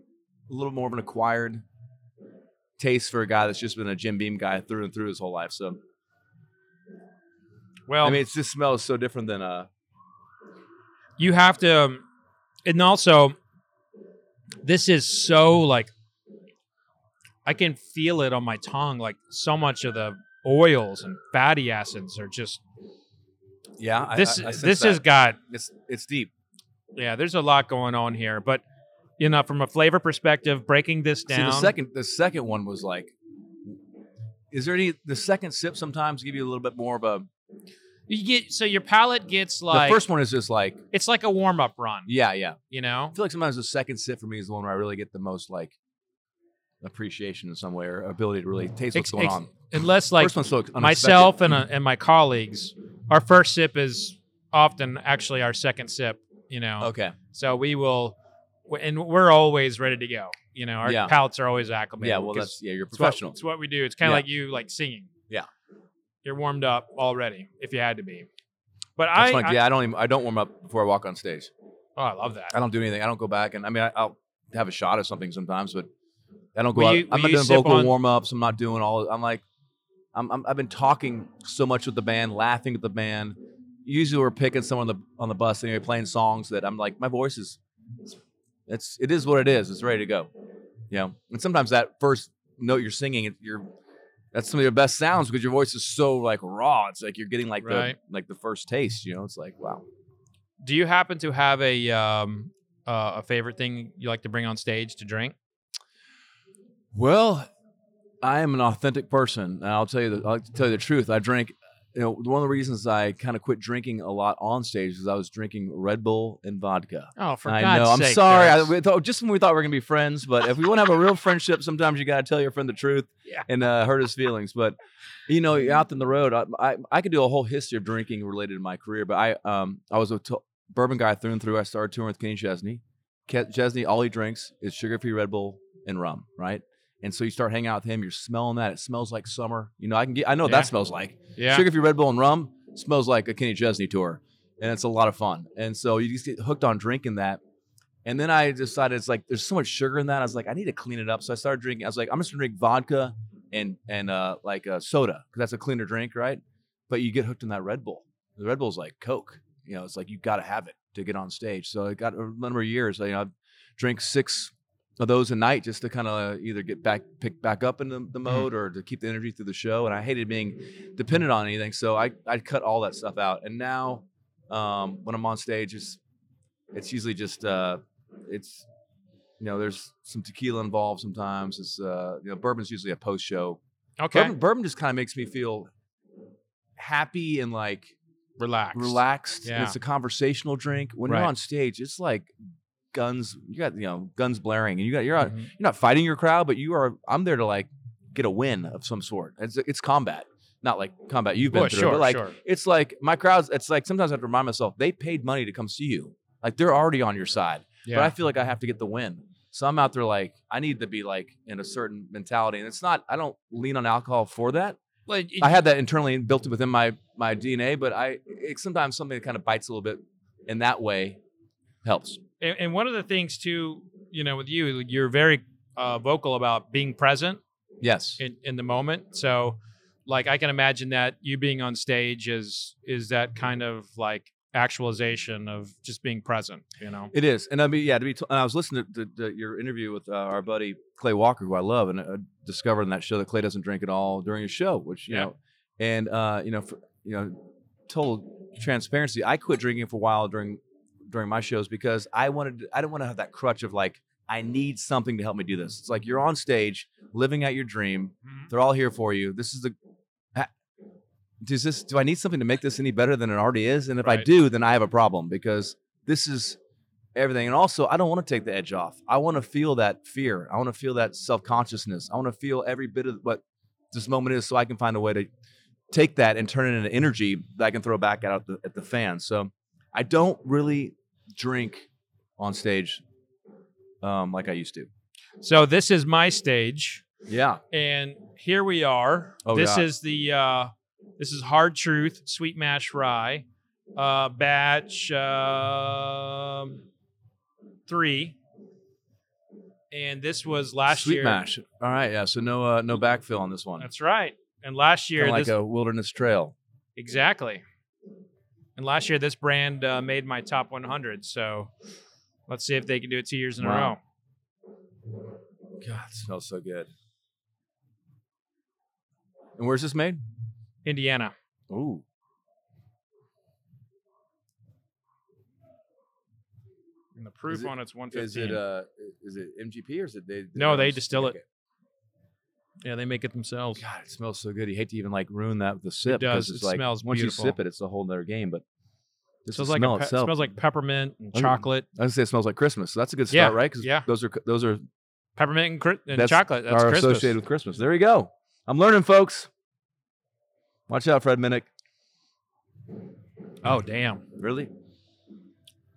little more of an acquired taste for a guy that's just been a Jim Beam guy through and through his whole life. So
Well,
I mean, it's just smells so different than uh,
you have to, um, and also, this is so like, I can feel it on my tongue. Like so much of the oils and fatty acids are just
yeah. I-
this.
I- I sense
this
that.
has got
it's it's deep.
yeah. There's a lot going on here, but you know, from a flavor perspective, breaking this
See,
down.
the second the second one was like, is there any the second sip sometimes give you a little bit more of a
you get so your palate gets like
the first one is just like
It's like a warm up run.
yeah yeah
You know.
I feel like sometimes the second sip for me is the one where I really get the most like appreciation in some way or ability to really taste what's
Ex-
going
ex-
on.
Unless like
First one's so unexpected.
myself and, uh, and my colleagues, our first sip is often actually our second sip, you know.
Okay.
So we will, w- and we're always ready to go. You know, our
Yeah.
palates are always acclimated.
Yeah. Well,
'cause
that's yeah. You're
it's what-
professional.
It's what we do. It's kind of
Yeah.
like you like singing.
Yeah.
You're warmed up already if you had to be. But
That's
I,
funny.
I,
yeah, I don't. Even, I don't warm up before I walk on stage.
oh, I love that.
I don't do anything. I don't go back and I mean I, I'll have a shot at something sometimes, but I don't go.
Will
out.
you-
I'm
will
not
you
doing
sip
vocal
on-
warm ups. I'm not doing all. I'm like, I'm, I'm I've been talking so much with the band, laughing with the band. Usually we're picking someone on the on the bus anyway, playing songs that I'm like, my voice is, it's it is what it is. It's ready to go. You know, and sometimes that first note you're singing, it, you're that's some of your best sounds because your voice is so like raw. It's like you're getting like
Right.
the like the first taste. You know, it's like wow.
Do you happen to have a um uh, a favorite thing you like to bring on stage to drink?
Well, I am an authentic person, and I'll tell you the, I'll tell you the truth. I drink. You know, one of the reasons I kind of quit drinking a lot on stage is I was drinking Red Bull and vodka.
Oh, for
I
God's
know.
sake!
I'm sorry. I,
Chris.
we thought, just when we thought we were gonna be friends, but if we want to have a real friendship, sometimes you gotta tell your friend the truth
Yeah.
and uh, hurt his feelings. But you know, you're out in the road, I, I I could do a whole history of drinking related to my career. But I um I was a t- bourbon guy through and through. I started touring with Kenny Chesney. Ke- Chesney, all he drinks is sugar free Red Bull and rum, right? And so you start hanging out with him. You're smelling that. It smells like summer. You know, I can get. I know what
Yeah.
that smells like.
yeah.
Sugar free Red Bull and rum smells like a Kenny Chesney tour, and it's a lot of fun. And so you just get hooked on drinking that. And then I decided it's like there's so much sugar in that. I was like, I need to clean it up. So I started drinking. I was like, I'm just gonna drink vodka and and uh, like uh, soda because that's a cleaner drink, right? But you get hooked on that Red Bull. The Red Bull's like Coke. You know, it's like you got to have it to get on stage. So I got a number of years. You know, I drank six of those a night just to kind of either get back picked back up in the, the mode or to keep the energy through the show. And I hated being dependent on anything. So I I cut all that stuff out. And now um, when I'm on stage, it's it's usually just uh, it's you know there's some tequila involved sometimes. It's uh, you know bourbon's usually a post show.
okay.
Bourbon, bourbon just kind of makes me feel happy and like
Relax.
relaxed. And
Yeah.
it's a conversational drink. When
Right.
you're on stage, it's like guns. You got you know guns blaring, and you got you're out,
Mhm.
you're not fighting your crowd, but you are. I'm there to like get a win of some sort. It's it's combat, not like combat you've been
Well,
through,
sure,
but like
sure.
it's like my crowds. It's like sometimes I have to remind myself they paid money to come see you. Like they're already on your side,
Yeah.
but I feel like I have to get the win. So I'm out there like I need to be like in a certain mentality, and it's not. I don't lean on alcohol for that.
Well, it-
I had that internally built within my my DNA, but I it, sometimes something that kind of bites a little bit in that way helps.
and, and one of the things too, you know, with you, like, you're very uh, vocal about being present
Yes.
in, in the moment. So, like, I can imagine that you being on stage is is that kind of like actualization of just being present. You know,
It is, and I mean, yeah. To be, t- and I was listening to, to, to your interview with uh, our buddy Clay Walker, who I love, and uh, discovering that show that Clay doesn't drink at all during his show, which you
Yeah.
know, and uh, you know, for, you know, total transparency, I quit drinking for a while during during my shows because I wanted, I didn't want to have that crutch of like, I need something to help me do this. It's like you're on stage, living out your dream. They're all here for you. This is the. ha- Does this? Do I need something to make this any better than it already is? And if I
Right.
do, then I have a problem because this is everything. And also, I don't want to take the edge off. I want to feel that fear. I want to feel that self consciousness. I want to feel every bit of what this moment is, so I can find a way to take that and turn it into energy that I can throw back out at the, at the fans. So I don't really drink on stage um, like I used to.
so this is my stage,
Yeah.
and here we are.
Oh,
this
yeah.
is the uh, this is hard truth sweet mash rye uh, batch um three. And this was last
Sweet
year.
mash. All right. Yeah. So no uh, no backfill on this one.
That's right. And last year,
Kinda like
this,
a wilderness trail.
exactly. And last year, this brand uh, made my top 100. So let's see if they can do it two years in a
Wow.
row.
God, it smells so good. And where's this made?
Indiana.
Ooh.
And the proof
Is it-
on it's 115.
Is it uh is it MGP or is it they
No, they
just
distill
make
it. yeah, they make it themselves.
God, it smells so good. You hate to even like ruin that with a sip. 'cause
does.
It's
It
like,
smells
once
beautiful.
you sip it, it's a whole nother game. But
It
this
smells
the
like
smell
a pe-
itself.
smells like peppermint and
Oh, yeah.
chocolate.
I was gonna say it smells like Christmas. So that's a good
Yeah,
start, right? Because
yeah.
those are those are
Peppermint and, cri- and
That's-
chocolate. That's
are
Christmas.
associated with Christmas. There you go. I'm learning, folks. Watch out, Fred Minnick.
Oh damn.
Really?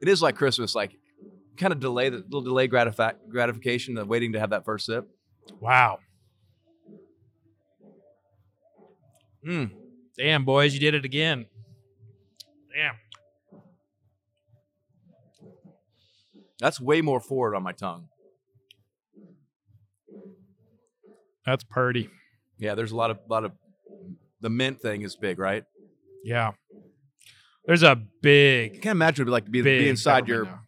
It is like Christmas, like kind of delay the little delay gratifi- gratification of waiting to have that first sip.
Wow.
Mm.
Damn boys, you did it again. Damn.
That's way more forward on my tongue.
That's purdy.
Yeah, there's a lot of lot of the mint thing is big, right?
Yeah. There's a big
I can't imagine what it'd be like to be,
big
be inside your
peppermint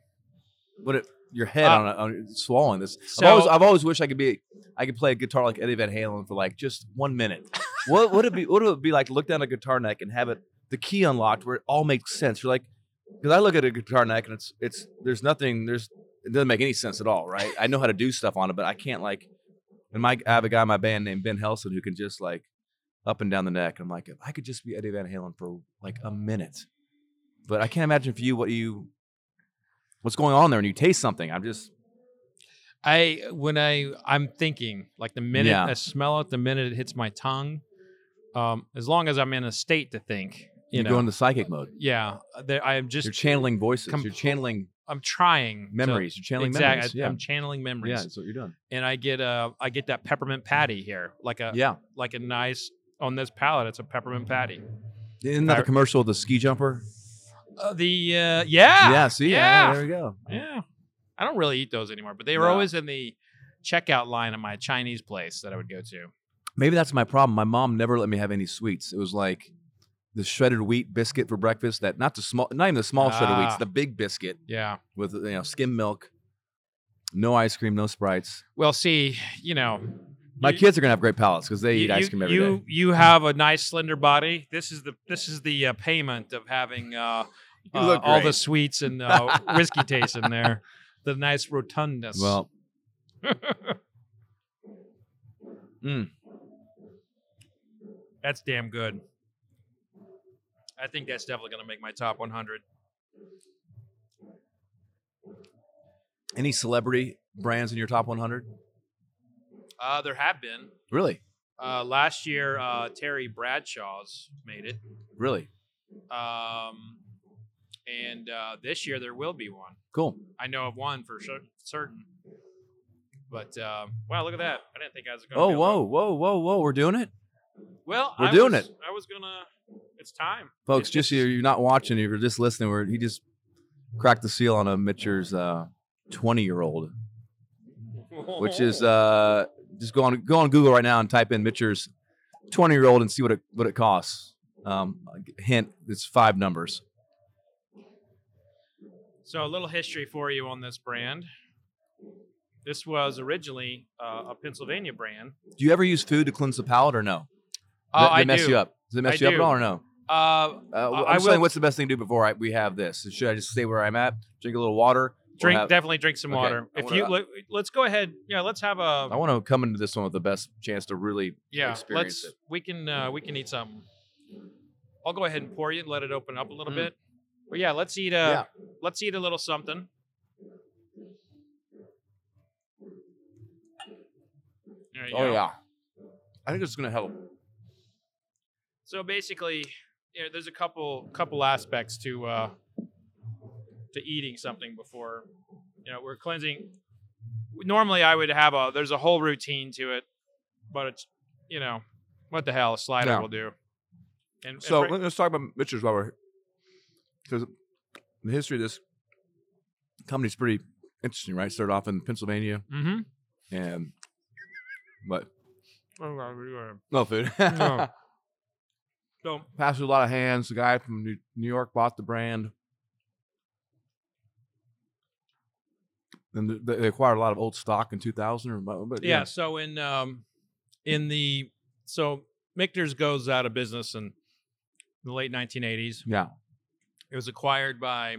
what it, your head
Uh,
on, a, on swallowing this.
so-
I've always I've always wished I could be I could play a guitar like Eddie Van Halen for like just one minute. what would it be? What would it be like to look down a guitar neck and have it the key unlocked where it all makes sense? You're like because I look at a guitar neck and it's it's there's nothing there's it doesn't make any sense at all, right? I know how to do stuff on it, but I can't like. And my I have a guy in my band named Ben Helson who can just like up and down the neck. I'm like if I could just be Eddie Van Halen for like a minute, but I can't imagine for you what you what's going on there and you taste something. I'm just
now. I when I I'm thinking like the minute
Yeah.
I smell it, the minute it hits my tongue. Um, as long as I'm in a state to think, you
you
know.
go into psychic mode.
yeah, there, I am just
You're channeling voices.
com-
you're channeling
I'm trying to-
memories. you're channeling
exact-
memories.
I-
Yeah.
I'm channeling
yeah,
memories,
that's what you're doing.
and I get uh I get that peppermint patty here, like a
Mm. yeah.
like a nice on this palette. It's a peppermint patty.
Isn't that
I-
the commercial of the ski jumper?
Uh, the uh, yeah,
yeah, see?
yeah.
there we go.
yeah. I don't really eat those anymore, but they were
No.
always in the checkout line at my Chinese place that I would go to.
Maybe that's my problem. My mom never let me have any sweets. It was like the shredded wheat biscuit for breakfast that not the small not even the small shredded wheats,
Ah.
the big biscuit
Yeah.
with you know skim milk, no ice cream, no sprites.
Well, see, you know,
My
you-
kids are gonna have great palates because they
you,
eat ice
you-
cream every day.
you, you have a nice slender body. This is the this is the uh, payment of having uh,
You
uh,
look
all the
great.
sweets and uh, whiskey taste in there. The nice rotundness.
Well. Mm.
that's damn good. I think that's definitely going to make my top 100.
Any celebrity brands in your top 100?
Uh, there have been
Really?
uh, last year. Uh, Terry Bradshaw's made it,
Really?
um, and uh, this year there will be one.
Cool.
I know of one for sure, certain. But um, wow, look at that! I didn't think I was going.
Oh, whoa, whoa, whoa, whoa. We're doing it?
Well,
We're
I
doing
was-
it.
I was gonna. It's time,
Folks,
It-
just so
it's-
you're not watching, you're just listening, where he just cracked the seal on a Mitcher's uh, 20 year old, which is
Oh.
uh, just go on go on Google right now and type in Mitcher's 20 year old and see what it what it costs. Um, hint: it's five numbers.
So a little history for you on this brand. This was originally uh, a Pennsylvania brand.
Do you ever use food to cleanse the palate or no?
Oh,
Does
I
it mess
do.
you up? Does it mess
I
you up at
do.
all or no? Uh,
Uh, I-
I'm
I
just saying,
will-
what's the best thing to do before I, we have this? Should I just stay where I'm at, drink a little water? or
drink
have-
definitely drink some
okay,
water.
I
If
wanna- uh
you let, let's go ahead. Yeah, let's have a
I want to come into this one with the best chance to really.
yeah.
experience
Let's
it.
we can uh, we can eat some. I'll go ahead and pour you and let it open up a little
Mm.
bit. But yeah, let's eat a let's eat a little something. There you
Oh
go.
yeah, I think it's gonna help.
So basically, you know, there's a couple couple aspects to uh, to eating something before. You know, we're cleansing. Normally, I would have a there's a whole routine to it, but it's you know what the hell a slider
Yeah.
will do. And, and
So
fr-
let's talk about Mitchell's while we're here. Because the history of this company's pretty interesting, right? Started off in Pennsylvania
Mhm.
and what?
Oh, God, we were-
No food.
No. so
Passed through a lot of hands. The guy from New New York bought the brand. And th- they acquired a lot of old stock in 2000 or about- but
yeah, so in um in the so Michter's goes out of business in the late 1980s.
Yeah.
It was acquired by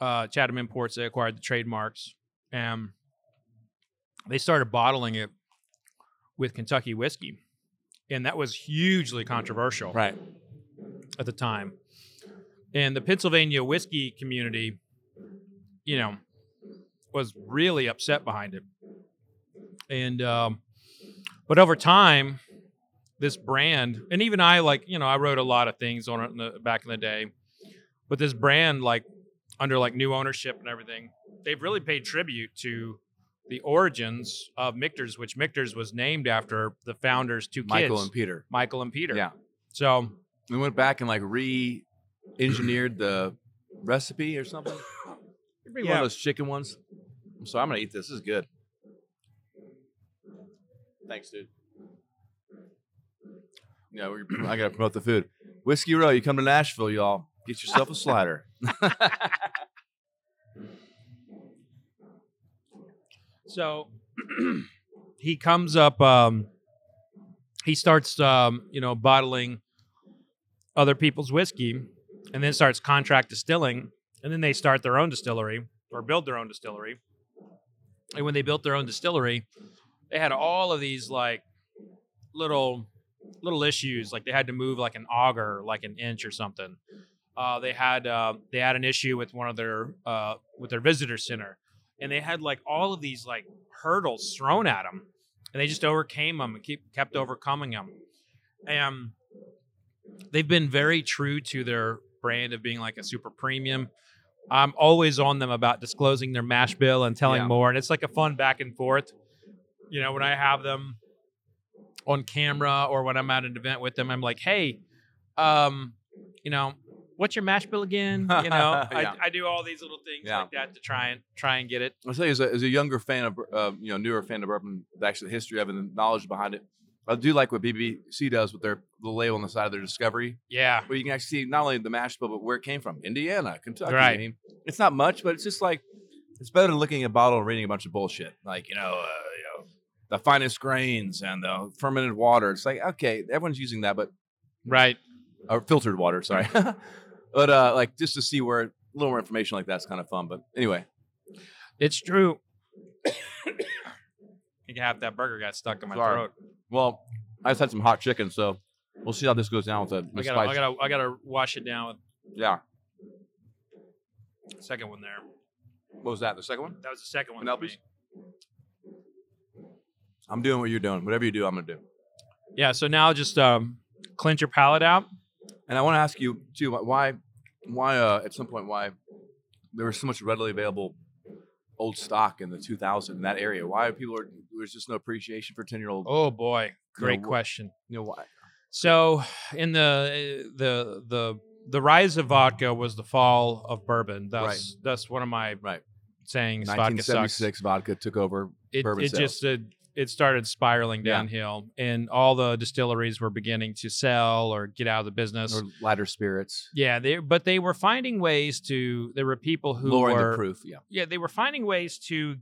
uh, Chatham Imports. They acquired the trademarks. and they started bottling it with Kentucky whiskey. And that was hugely controversial
Right.
at the time. And the Pennsylvania whiskey community, you know, was really upset behind it. and um, but over time, this brand and even I like you know I wrote a lot of things on it in the, back in the day, but this brand like under like new ownership and everything, they've really paid tribute to the origins of Michter's, which Michter's was named after the founders' two kids,
Michael and Peter.
Michael and Peter.
Yeah.
So
We went back and like re-engineered the recipe or something. You bring one
Yeah.
of those chicken ones. I'm sorry, I'm gonna eat this. This is good. Thanks, dude. Yeah, we I gotta promote the food. Whiskey Row, you come to Nashville, y'all. Get yourself a slider.
So he comes up. Um, he starts, um, you know, bottling other people's whiskey, and then starts contract distilling, and then they start their own distillery or build their own distillery. And when they built their own distillery, they had all of these like little little issues. Like they had to move like an auger, like an inch or something. Uh, they had uh, they had an issue with one of their uh, with their visitor center and they had like all of these like hurdles thrown at them and they just overcame them and keep kept overcoming them and they've been very true to their brand of being like a super premium i'm always on them about disclosing their mash bill and telling
Yeah.
more and it's like a fun back and forth you know when i have them on camera or when i'm at an event with them i'm like hey um you know what's your mash bill again you know
Yeah.
I, I do all these little things
Yeah.
like that to try and try and get it
I'll tell you, as a, as a younger fan of, uh, you know, newer fan of bourbon, actually the history of it and the knowledge behind it, I do like what BBC does with their the label on the side of their discovery,
Yeah.
where you can actually see not only the mash bill, but where it came from. Indiana, Kentucky. I
Right.
mean, it's not much, but it's just like, it's better than looking at a bottle and reading a bunch of bullshit. Like, you know, uh, you know the finest grains and the fermented water. It's like, okay, everyone's using that, but,
Right.
or filtered water, sorry. but uh, like, just to see where, a little more information like that's kind of fun. But anyway,
It's true. I think half that burger got stuck in my
Sorry.
throat.
Well, I just had some hot chicken, so we'll see how this goes down with the,
I
the
gotta, I
spice.
gotta, I gotta wash it down
yeah.
with the second one there.
What was that? The second one?
That was the second one. for
Penelope's?
me.
I'm doing what you're doing. Whatever you do, I'm gonna do.
Yeah. So now just um, clench your palate out.
And I want to ask you too why, why uh, at some point why there was so much readily available old stock in the 2000 in that area. Why people are there's just no appreciation for 10 year old.
Oh boy, great
wh-
question.
You know why?
So in the eh, the the the rise of vodka was the fall of bourbon. That's that's one of my
Right.
sayings. Vodka sucks.
1976 vodka took over.
it,
bourbon
it
sales.
just uh, it started spiraling
Yeah.
downhill and all the distilleries were beginning to sell or get out of the business
Or lighter spirits,
yeah they but they were finding ways to there were people who
lowering
were
the proof. Yeah,
yeah they were finding ways to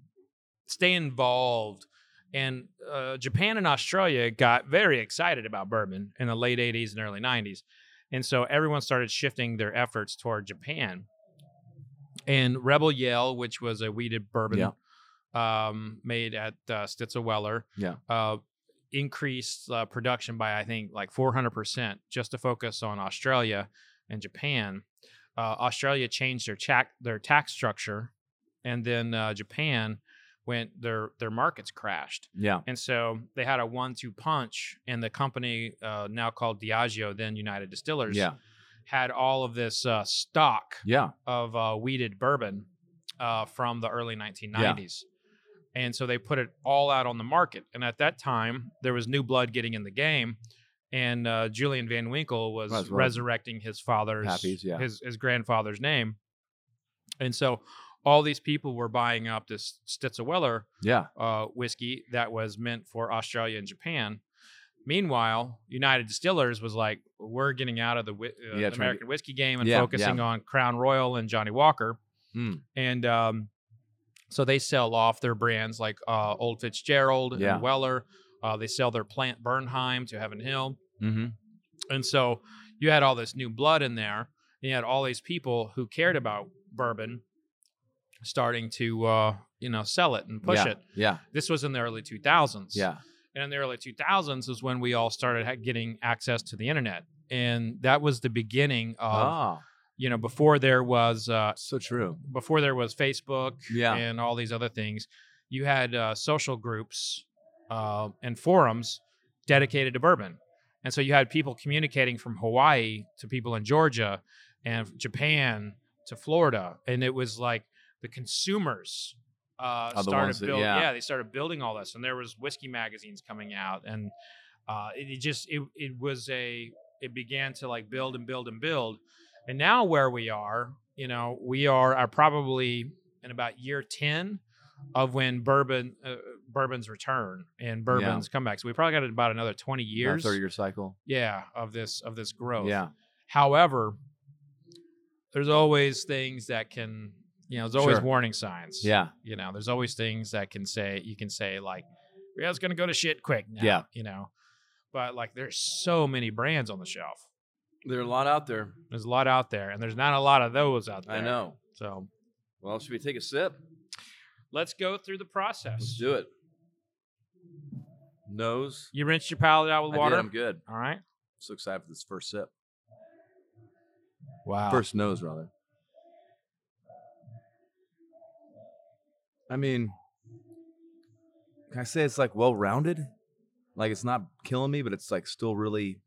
stay involved and uh, japan and australia got very excited about bourbon in the late 80s and early 90s and so everyone started shifting their efforts toward japan and rebel yell which was a weeded bourbon um, made at uh, stitzelweller
Yeah.
uh, increased uh, production by i think like 400% just to focus on australia and japan uh, Australia changed their tax their tax structure, and then uh, Japan went their their markets crashed,
yeah.
and so they had a one two punch. And the company uh, now called Diageo, then United Distillers,
Yeah,
had all of this uh, stock
yeah,
of uh, weeded bourbon uh, from the early 1990s. And so they put it all out on the market. And at that time, there was new blood getting in the game. And uh, Julian Van Winkle was
That's right.
resurrecting his father's,
Pappy's, yeah.
his, his grandfather's name. And so all these people were buying up this Stitzelweller
yeah.
uh, whiskey that was meant for Australia and Japan. Meanwhile, United Distillers was like, we're getting out of the, whi-
Yeah,
uh, the
trying to-
American whiskey game and
Yeah, yeah.
focusing on Crown Royal and Johnny Walker.
Hmm.
And um, so they sell off their brands like uh, Old Fitzgerald
Yeah.
and Weller. Uh, they sell their plant Bernheim to Heaven Hill.
Mm-hmm.
And so you had all this new blood in there, and you had all these people who cared about bourbon starting to, uh, you know, sell it and push
yeah.
it.
Yeah,
This was in the early 2000s.
yeah.
And in the early 2000s is when we all started ha- getting access to the internet. And that was the beginning of,
Ah,
you know, before there was uh,
so true.
before there was Facebook
Yeah.
and all these other things, you had uh, social groups uh, and forums dedicated to bourbon. And so you had people communicating from Hawaii to people in Georgia and Japan to Florida. And it was like the consumers uh,
Are the
started
ones that-
building.
yeah.
Yeah. they started building all this. And there was whiskey magazines coming out. And uh, it, it just, it, it was a, it began to like build and build and build. And now where we are, you know, we are, are probably in about year 10 of when bourbon uh, bourbon's return and bourbon's comeback. So we probably got about another 20 years.
thirty year cycle.
Yeah, of this of this growth.
Yeah,
However, there's always things that can, you know, there's always
Sure.
warning signs.
yeah,
You know, there's always things that can say you can say like, yeah, it's gonna go to shit quick. now,"
Yeah.
You know, but like there's so many brands on the shelf.
there are a lot out there.
There's a lot out there, and there's not a lot of those out there.
I know.
So
Well, should we take a sip?
let's go through the
Let's
process.
do it. Nose.
You rinsed your palate out with
I
water.
did, I'm good.
All right.
So excited for this first sip.
Wow.
First nose, rather. I mean, can I say it's like well rounded? Like it's not killing me, but it's like still really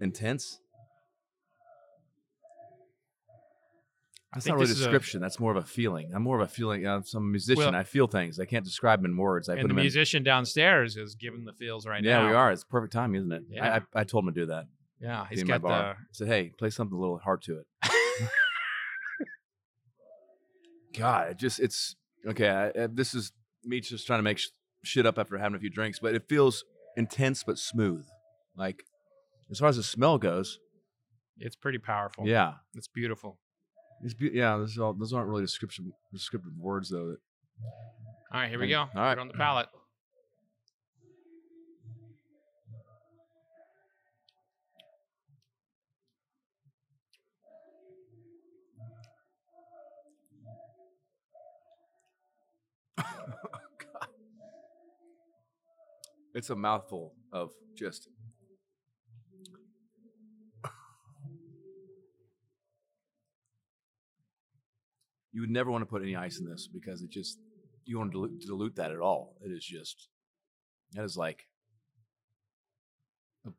intense. That's
think
not really
this is a-
description. That's more of a feeling. I'm more of a feeling. I'm some musician.
Well-
I feel things. I can't describe them in words. I put
and the
them
musician downstairs is giving the feels right
in. Yeah,
now.
we are. It's perfect time, isn't it? I,
Yeah.
I, I told him to do that.
Yeah, he's
in
got
my bar.
the.
I said, "Hey, play something a little hard to it." God, it just it's okay. I, I, this is me just trying to make sh- shit up after having a few drinks, but it feels intense but smooth. Like as far as the smell goes,
It's pretty powerful.
yeah,
it's beautiful.
it's be- yeah. This is all, those aren't really descriptive descriptive words though. That,
All right, here we
And-
go.
all
All
right.
right, on the palate.
it's a mouthful of just. You would never want to put any ice in this because it just you want to dilute, dilute that at all. It is just that is like a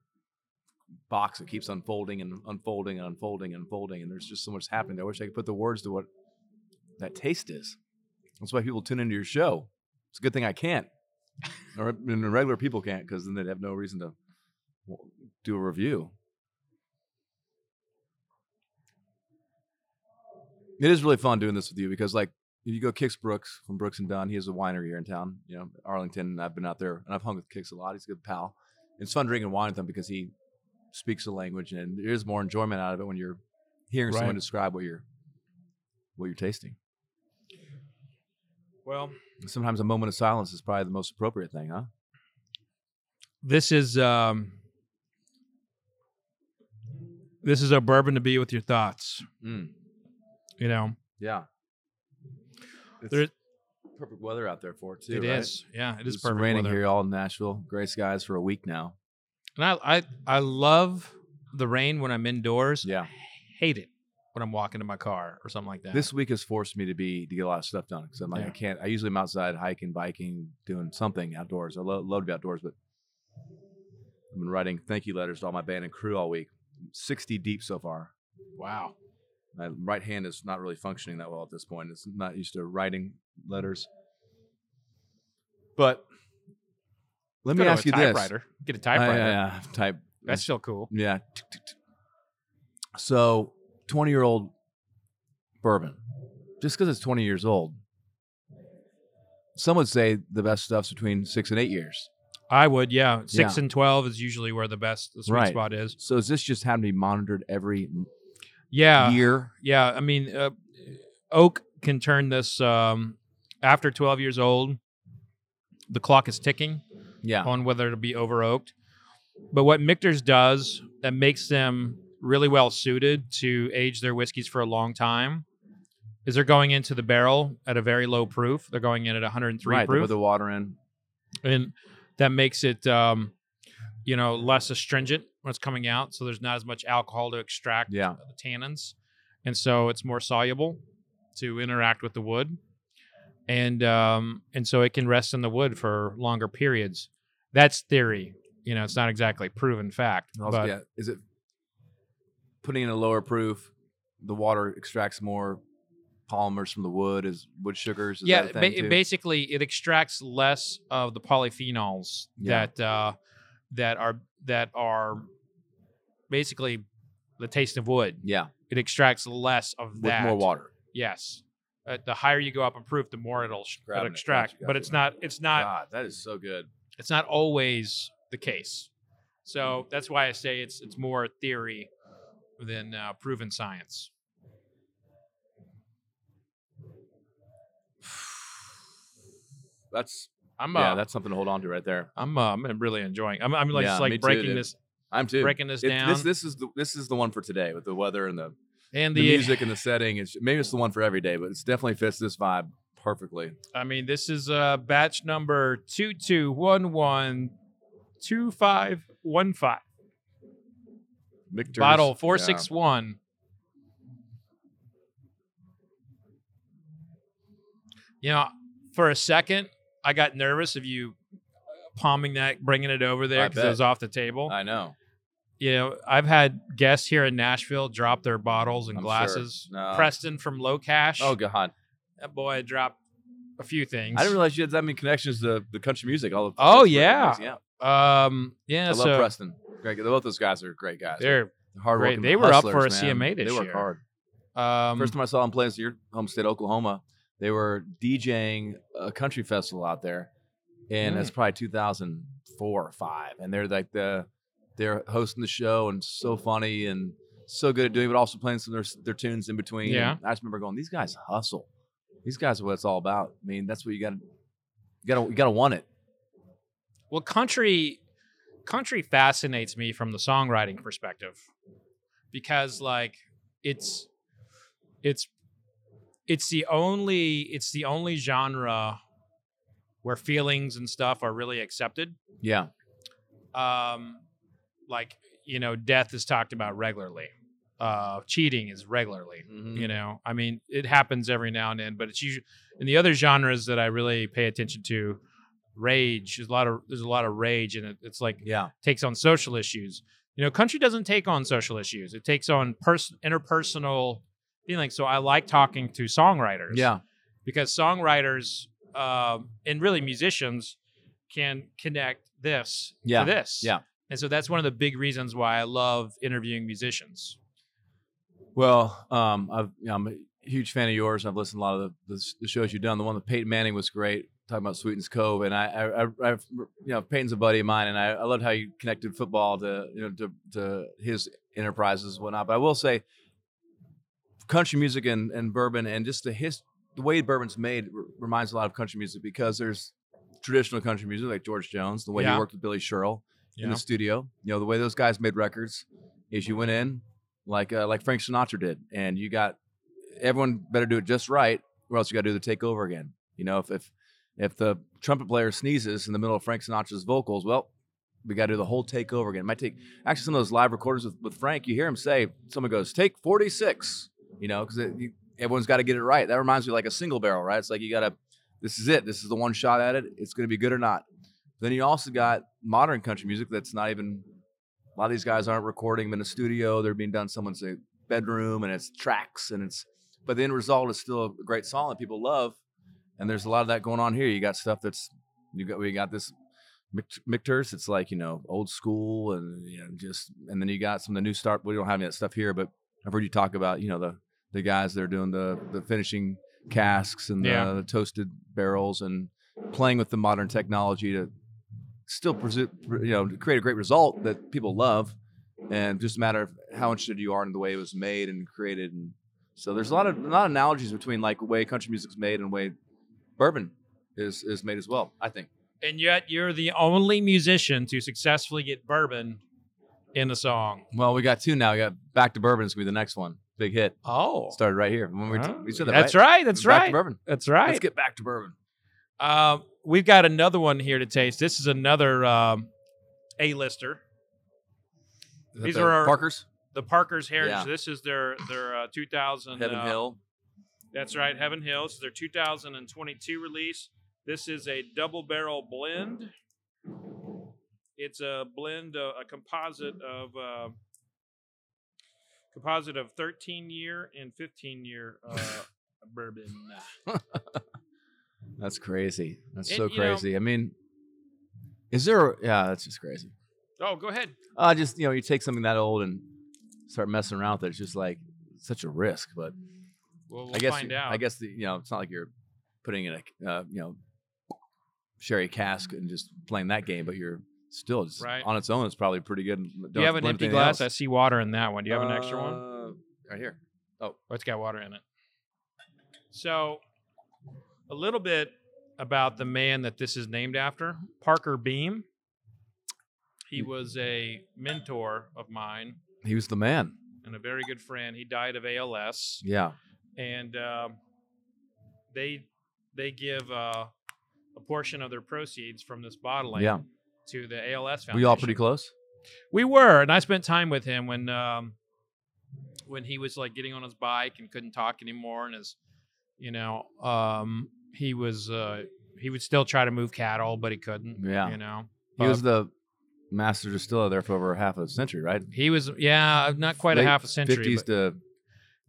box that keeps unfolding and unfolding and unfolding and unfolding, and there's just so much happening. I wish I could put the words to what that taste is. That's why people tune into your show. It's a good thing I can't or and the regular people can't because then they'd have no reason to w- do a review. It is really fun doing this with you because, like, if you go Kix Brooks from Brooks and Dunn, he has a winery here in town, you know, Arlington. And I've been out there and I've hung with Kix a lot. He's a good pal. It's fun drinking wine with him because he speaks the language and there's more enjoyment out of it when you're hearing someone
Right.
describe what you're what you're tasting.
Well,
And sometimes a moment of silence is probably the most appropriate thing, huh?
this is um, this is a bourbon to be with your thoughts.
Mm.
You know,
Yeah. It's
There-
perfect weather out there for it too.
it is.
right?
Yeah, it is
It's
perfect
raining
weather.
here all in Nashville. Gray skies for a week now.
And I, I I love the rain when I'm indoors.
Yeah.
I hate it when I'm walking to my car or something like that.
This week has forced me to be to get a lot of stuff done because I'm like I
Yeah.
can't. I usually am outside hiking, biking, doing something outdoors. I lo- love to be outdoors, but I've been writing thank you letters to all my band and crew all week. Sixty deep so far.
wow.
My right hand is not really functioning that well at this point. It's not used to writing letters. But let me
Go to
ask
a
you this: Oh,
typewriter. Get a
I-
typewriter.
I- I- type.
That's still cool.
Yeah. tick, tick, tick. So, 20 year old bourbon, just because it's 20 years old, some would say the best stuff's between six and eight years.
I would, yeah. Six
Yeah.
and twelve is usually where the best the sweet
Right.
spot is.
So, is this just having to be monitored every m-
Yeah,
year?
yeah. I mean, uh, oak can turn this um, after twelve years old. The clock is ticking
Yeah.
on whether it'll be over oaked. But what Michter's does that makes them really well suited to age their whiskeys for a long time is they're going into the barrel at a very low proof. They're going in at 103
right. they
proof.
Put the water in.
and that makes it um, you know less astringent when it's coming out so there's not as much alcohol to extract
Yeah.
the tannins and so it's more soluble to interact with the wood and um, and so it can rest in the wood for longer periods. That's theory. You know, it's not exactly proven fact.
Also,
but
yeah, is it putting in a lower proof? The water extracts more polymers from the wood. Is wood sugars? Is
yeah,
that a thing
ba-
too?
basically, it extracts less of the polyphenols
Yeah.
that uh, that are that are basically the taste of wood.
yeah,
It extracts less of
with
that.
more water.
Yes. Uh, the higher you go up in proof, the more it'll, sh-
Grabbing
it'll
it.
extract.
Gotcha, gotcha.
But it's not. It's not.
God, that is so good.
It's not always the case. So that's why I say it's it's more theory than uh, proven science.
That's
I'm
yeah,
uh,
that's something to hold on to right there.
I'm uh, I'm really enjoying. I'm I'm like
Yeah,
just
me
like
too,
breaking
dude.
this
I'm too.
breaking this
It-
down
This this is the this is the one for today with the weather and the,
and
the
the,
music and the setting. It's maybe it's the one for every day, but it's definitely fits this vibe perfectly.
I mean, this is uh, batch number two two one one two five one five
Michter's,
bottle four
yeah.
six one. You know, for a second, I got nervous of you palming that, bringing it over there
I
because it
bet.
was off the table.
I know.
you know, I've had guests here in Nashville drop their bottles and
I'm sure.
glasses.
No.
Preston from Low Cash.
Oh God,
that boy dropped a few things.
I didn't realize you had that many connections to the country music. All of that's
Oh,
really
yeah.
amazing. yeah.
Um, yeah,
I love
so
Preston. Great, both those guys are great guys.
they're
hard
great.
working.
They were up
hustlers,
for a
man.
CMA this
They work
year.
hard.
um,
First time I saw them playing in your home state, Oklahoma, they were DJing a country festival out there, and it's probably 2004 or five. And they're like the they're hosting the show and so funny and so good at doing, it, but also playing some of their their tunes in between.
Yeah.
And I just remember going, these guys hustle. These guys are what it's all about. I mean, that's what you got to you got to you got to want it.
well, country country fascinates me from the songwriting perspective because like it's it's it's the only it's the only genre where feelings and stuff are really accepted.
Yeah,
um, like you know, death is talked about regularly. Uh, cheating is regularly.
Mhm.
You know, I mean, it happens every now and then, but it's usually in the other genres that I really pay attention to. Rage, there's a lot of there's a lot of rage, and it, it's like
yeah,
takes on social issues. You know, country doesn't take on social issues; it takes on person interpersonal feelings. So I like talking to songwriters
yeah.
because songwriters um, and really musicians can connect this
Yeah,
to this.
yeah.
And so that's one of the big reasons why I love interviewing musicians.
Well, um, I've, you know, I'm a huge fan of yours. I've listened to a lot of the, the, s- the shows you've done. The one with Peyton Manning was great, talking about Sweetens Cove. And I, I, I, I've, you know, Peyton's a buddy of mine, and I, I loved how you connected football to, you know, to, to his enterprises and whatnot. But I will say, country music and, and bourbon, and just the his, the way bourbon's made r- reminds a lot of country music because there's traditional country music like George Jones, the way
Yeah.
he worked with Billy Sherrill in
Yeah.
the studio. You know, the way those guys made records is you went in like uh, like Frank Sinatra did, and you got everyone better do it just right, or else you got to do the takeover again. You know, if if if the trumpet player sneezes in the middle of Frank Sinatra's vocals, well, we got to do the whole takeover again. It might take actually some of those live recordings with, with Frank. You hear him say, someone goes, "Take 46," you know, because everyone's got to get it right. That reminds me of like a single barrel, right? It's like you got to. This is it. This is the one shot at it. It's going to be good or not. Then you also got modern country music that's not even. A lot of these guys aren't recording them in a studio. They're being done in someone's uh, bedroom, and it's tracks, and it's. But the end result is still a great song that people love, and there's a lot of that going on here. You got stuff that's you got we got this Mict- Micturs. It's like you know old school, and you know, just and then you got some of the new start. We don't have any of that stuff here, but I've heard you talk about you know the the guys that are doing the the finishing casks and
Yeah.
the, toasted barrels and playing with the modern technology to still presu- you know to create a great result that people love, and just a matter of how interested you are in the way it was made and created. And so there's a lot of a lot of analogies between like the way country music's made and the way bourbon is is made as well. I think.
And yet you're the only musician to successfully get bourbon in a song.
Well, we got two now. We got Back to Bourbon is gonna be the next one. Big hit.
Oh.
Started right here. When we, t- we said that,
that's
right?
right. That's
back
right.
To bourbon.
That's right.
Let's get back to bourbon.
Um, we've got another one here to taste. This is another um, A-lister.
Is that
These
the
are our-
Parkers,
The Parker's Heritage.
Yeah.
This is their their uh, 2000
Heaven
uh,
Hill.
That's right, Heaven Hill. This is their 2022 release. This is a double barrel blend. It's a blend, uh, a composite of uh, composite of 13 year and 15 year uh, bourbon.
That's crazy. That's
And,
so
you know-
crazy. I mean, is there? Yeah, that's just crazy.
Oh, go ahead.
Uh, just you know, you take something that old and start messing around with it. It's just like such a risk. But
Well, we'll
I guess
find
you-
out.
I guess the, you know it's not like you're putting in a uh, you know sherry cask and just playing that game, but you're still just
Right.
on its own. It's probably pretty good. and
Do
don't
you have an
blend
empty
anything
glass? I
else.
see water in that one. Do you have an extra one?
Uh, right here.
Oh, it's got water in it. So, a little bit about the man that this is named after, Parker Beam. He was a mentor of mine
He was the man.
and a very good friend. He died of ALS
Yeah.
and um, they they give uh, a portion of their proceeds from this bottling
Yeah.
to the ALS Foundation.
We all pretty close.
We were, and I spent time with him when um, when he was like getting on his bike and couldn't talk anymore, and his you know um, he was uh, he would still try to move cattle, but he couldn't.
Yeah.
you know.
He was
Uh,
the master distiller there for over half a century, right?
he was yeah, not quite a
Late
half a century.
Fifties
but-
to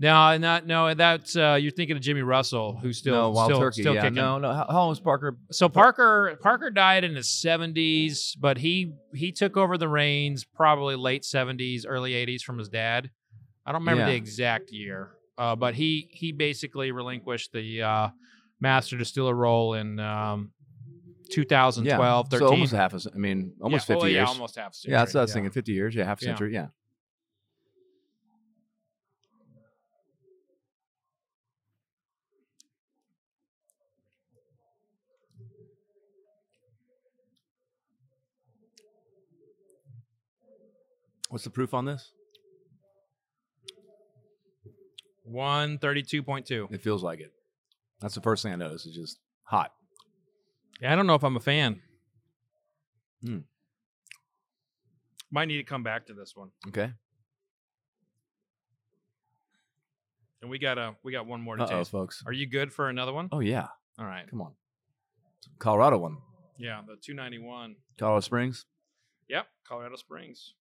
no, not no. That's uh, you're thinking of Jimmy Russell, who's still
no, Wild
still,
Turkey.
still
yeah.
kicking.
No, no. How, how long was Parker?
so Parker Parker died in his 70s, but he he took over the reins probably late 70s, early 80s from his dad. I don't remember the
Yeah.
exact year, uh, but he he basically relinquished the uh, master distiller role in um, 2012,
yeah.
13.
So almost half a. ce- I mean, almost
yeah,
fifty
well,
years.
Yeah, almost half. Century.
yeah, that's what I was
yeah.
thinking. Fifty years. Yeah, half a
Yeah.
century. Yeah. What's the proof on this?
132.2.
It feels like it. That's the first thing I noticed. It's just hot.
Yeah, I don't know if I'm a fan.
Hmm.
Might need to come back to this one.
Okay.
And we got a we got one more to
Uh-oh,
taste.
folks.
Are you good for another one?
Oh yeah.
All right.
Come on. Colorado one.
Yeah, the 291.
Colorado Springs.
Yep, Colorado Springs.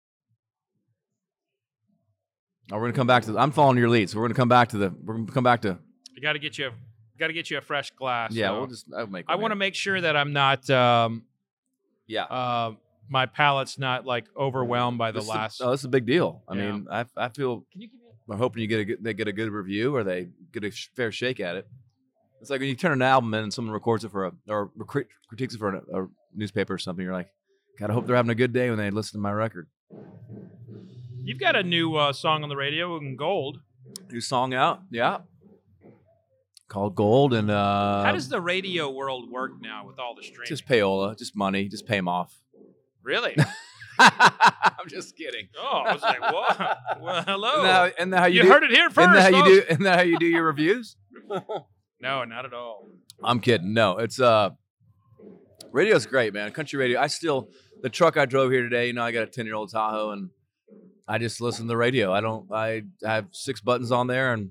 Oh, we're gonna come back to. The, I'm following your lead, so we're gonna come back to the. We're gonna come back to.
I got to get you a got to get you a fresh glass.
Yeah,
so
we'll just. oh, I'll make.
I want to make sure that I'm not um
Yeah.
uh my palate's not like overwhelmed by the
This is a-
last
oh, this is a big deal. I
Yeah.
mean, I I feel.
Can you give me a-
I'm hoping you get a good, they get a good review or they get a sh- fair shake at it. It's like when you turn an album in and someone records it for a or recri- critiques it for a, a newspaper or something. You're like, God, I hope they're having a good day when they listen to my record.
You've got a new uh, song on the radio in gold.
New song out, yeah. Called Gold and uh,
How does the radio world work now with all the streaming?
just payola, just money, just pay them off.
really?
I'm just kidding.
Oh, I was like, what? Well, hello.
Isn't that, isn't that how you,
Oh, you
do,
heard it here
Isn't
first.
that how you
folks.
do? Isn't that how you do your reviews?
No, not at all.
I'm kidding. No, it's uh, radio's great, man. Country radio. I still the truck I drove here today. You know, I got a ten year old Tahoe, and I just listen to the radio. I don't. I have six buttons on there, and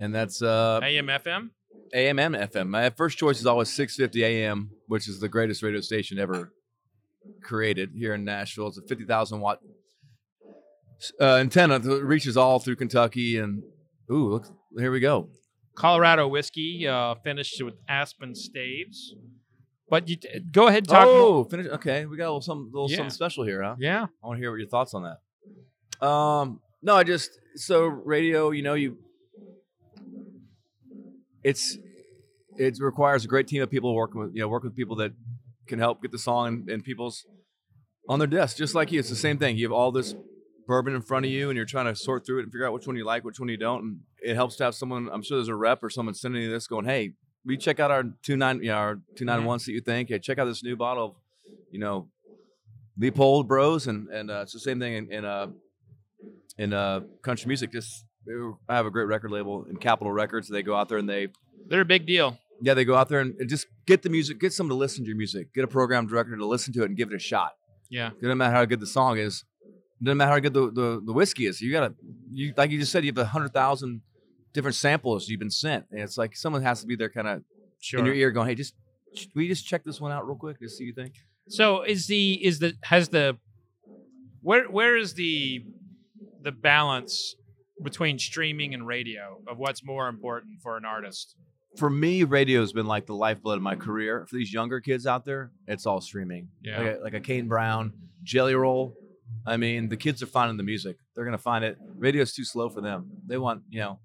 and that's uh,
AM FM.
AM and FM. My first choice is always 650 AM, which is the greatest radio station ever created here in Nashville. It's a 50,000 watt uh, antenna that reaches all through Kentucky. And ooh, look, here we go.
Colorado whiskey, uh, finished with Aspen Staves. But you t- go ahead, talk. more-
oh, finish. Okay, we got a little something, little
Yeah.
something special here, huh?
Yeah,
I want to hear what your thoughts on that. Um, no, I just so radio, you know, you it's it requires a great team of people working with you know work with people that can help get the song in, in people's on their desk, just like you. It's the same thing. You have all this bourbon in front of you, and you're trying to sort through it and figure out which one you like, which one you don't. And it helps to have someone. I'm sure there's a rep or someone sending you this, going, "Hey, we check out our two nine, you know, our two nine ones that you think. Hey, check out this new bottle of, you know, Leopold Bros." And and uh, it's the same thing in, in uh in uh country music. Just I have a great record label in Capitol Records. They go out there and they
they're a big deal.
yeah, they go out there and and just get the music, get someone to listen to your music, get a program director to listen to it and give it a shot.
Yeah.
It doesn't matter how good the song is, it doesn't matter how good the, the, the whiskey is. You gotta you like you just said, you have a hundred thousand different samples you've been sent, and it's like someone has to be there, kind of in
Sure.
your ear, going, "Hey, just should we just check this one out real quick to see what you think."
So is the is the has the where where is the the balance between streaming and radio of what's more important for an artist?
For me, radio has been like the lifeblood of my career. For these younger kids out there, it's all streaming.
Yeah.
Like, a, like a Kane Brown, Jelly Roll. I mean, the kids are finding the music. They're gonna find it. Radio's too slow for them. They want, you know,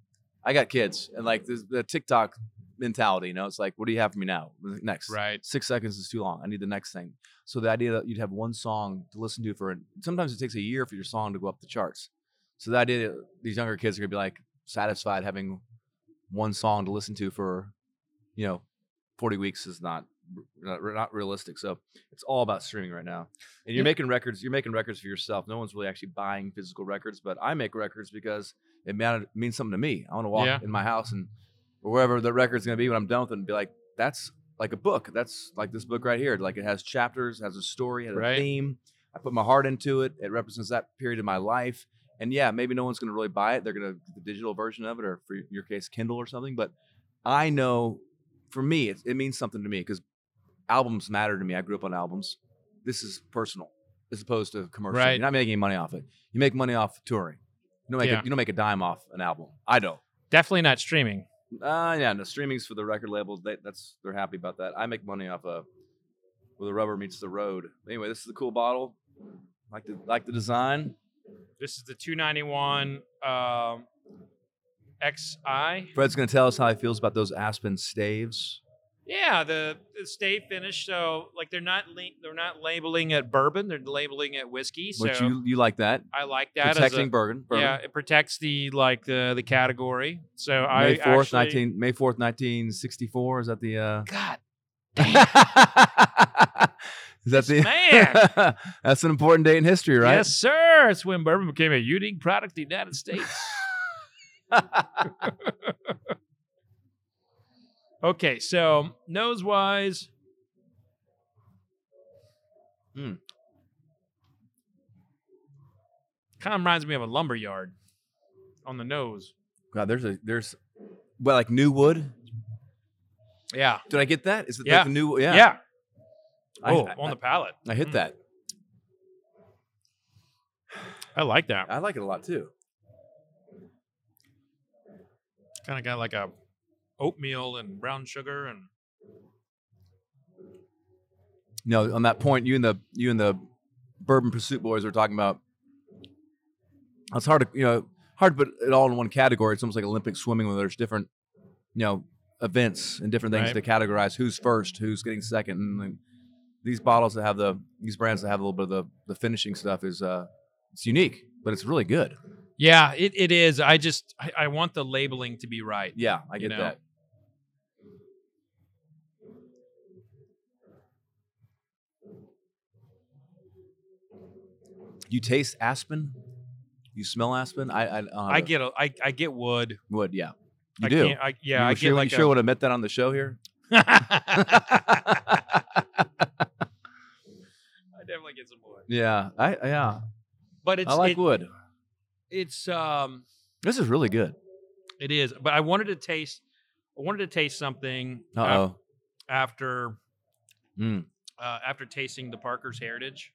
I got kids, and like this, the TikTok mentality. You know, it's like, what do you have for me now? Next,
Right.
Six seconds is too long. I need the next thing. So the idea that you'd have one song to listen to for sometimes it takes a year for your song to go up the charts. So the idea that these younger kids are gonna be like satisfied having one song to listen to for, you know, forty weeks is not not, not realistic. So it's all about streaming right now. And you're making records. You're making records for yourself. No one's really actually buying physical records, but I make records because it mattered, means something to me. I want to walk
Yeah.
in my house and or wherever the record's gonna be when I'm done with it, and be like, that's like a book. That's like this book right here. Like it has chapters, has a story, has
Right.
a theme. I put my heart into it. It represents that period of my life. And yeah, maybe no one's gonna really buy it. They're gonna get the digital version of it, or for your case, Kindle or something. But I know, for me, it, it means something to me because albums matter to me. I grew up on albums. This is personal as opposed to commercial.
Right.
You're not making any money off it. You make money off touring. You don't make
Yeah.
a, you don't make a dime off an album. I don't.
Definitely not streaming.
Uh, yeah, no streaming's for the record labels. They, that's they're happy about that. I make money off of where the rubber meets the road. Anyway, this is a cool bottle. Like the like the design
This is the 291 um, XI.
Fred's gonna tell us how he feels about those aspen staves.
Yeah, the, the state finish. So like they're not link, they're not labeling it bourbon. They're labeling it whiskey. So
Which you you like that?
I like that. as
Protecting
a,
Bergen. Bergen.
Yeah, it protects the like the the category. So I
May fourth,
actually-
nineteen May fourth, nineteen sixty four. Is that the? Uh...
God
is that the?
man.
That's an important date in history, right?
Yes, sir. It's when bourbon became a unique product of the United States. okay, so nose wise.
Hmm.
Kind of reminds me of a lumber yard on the nose.
God, there's a there's, well, like new wood.
Yeah.
Did I get that? Is it
Yeah.
like the new?
Yeah.
Yeah. I,
oh,
I,
on the palate.
I hit
Mm.
that.
I like that.
I like it a lot too.
Kind of got like a oatmeal and brown sugar and
No, on that point, you and the you and the Bourbon Pursuit Boys were talking about. It's hard to you know hard to put it all in one category. It's almost like Olympic swimming when there's different you know events and different things
Right.
to categorize who's first, who's getting second, and then these bottles that have the these brands that have a little bit of the the finishing stuff is uh it's unique, but it's really good.
Yeah, it, it is. I just I, I want the labeling to be right.
Yeah, I get
You know?
that. You taste aspen? You smell aspen? I I, I, don't know how
I
to-
get a I, I get wood.
wood. Yeah, you
I
do.
Can't, I,
you
yeah, I
were
get
sure,
like
you
a,
sure would admit that on the show here.
I definitely get some wood,
yeah, I yeah,
but it's
I like
it-
wood.
It's um,
This is really good.
it is. But I wanted to taste. I wanted to taste something
Uh
af-
oh.
after
Mm.
uh, after tasting the Parker's Heritage,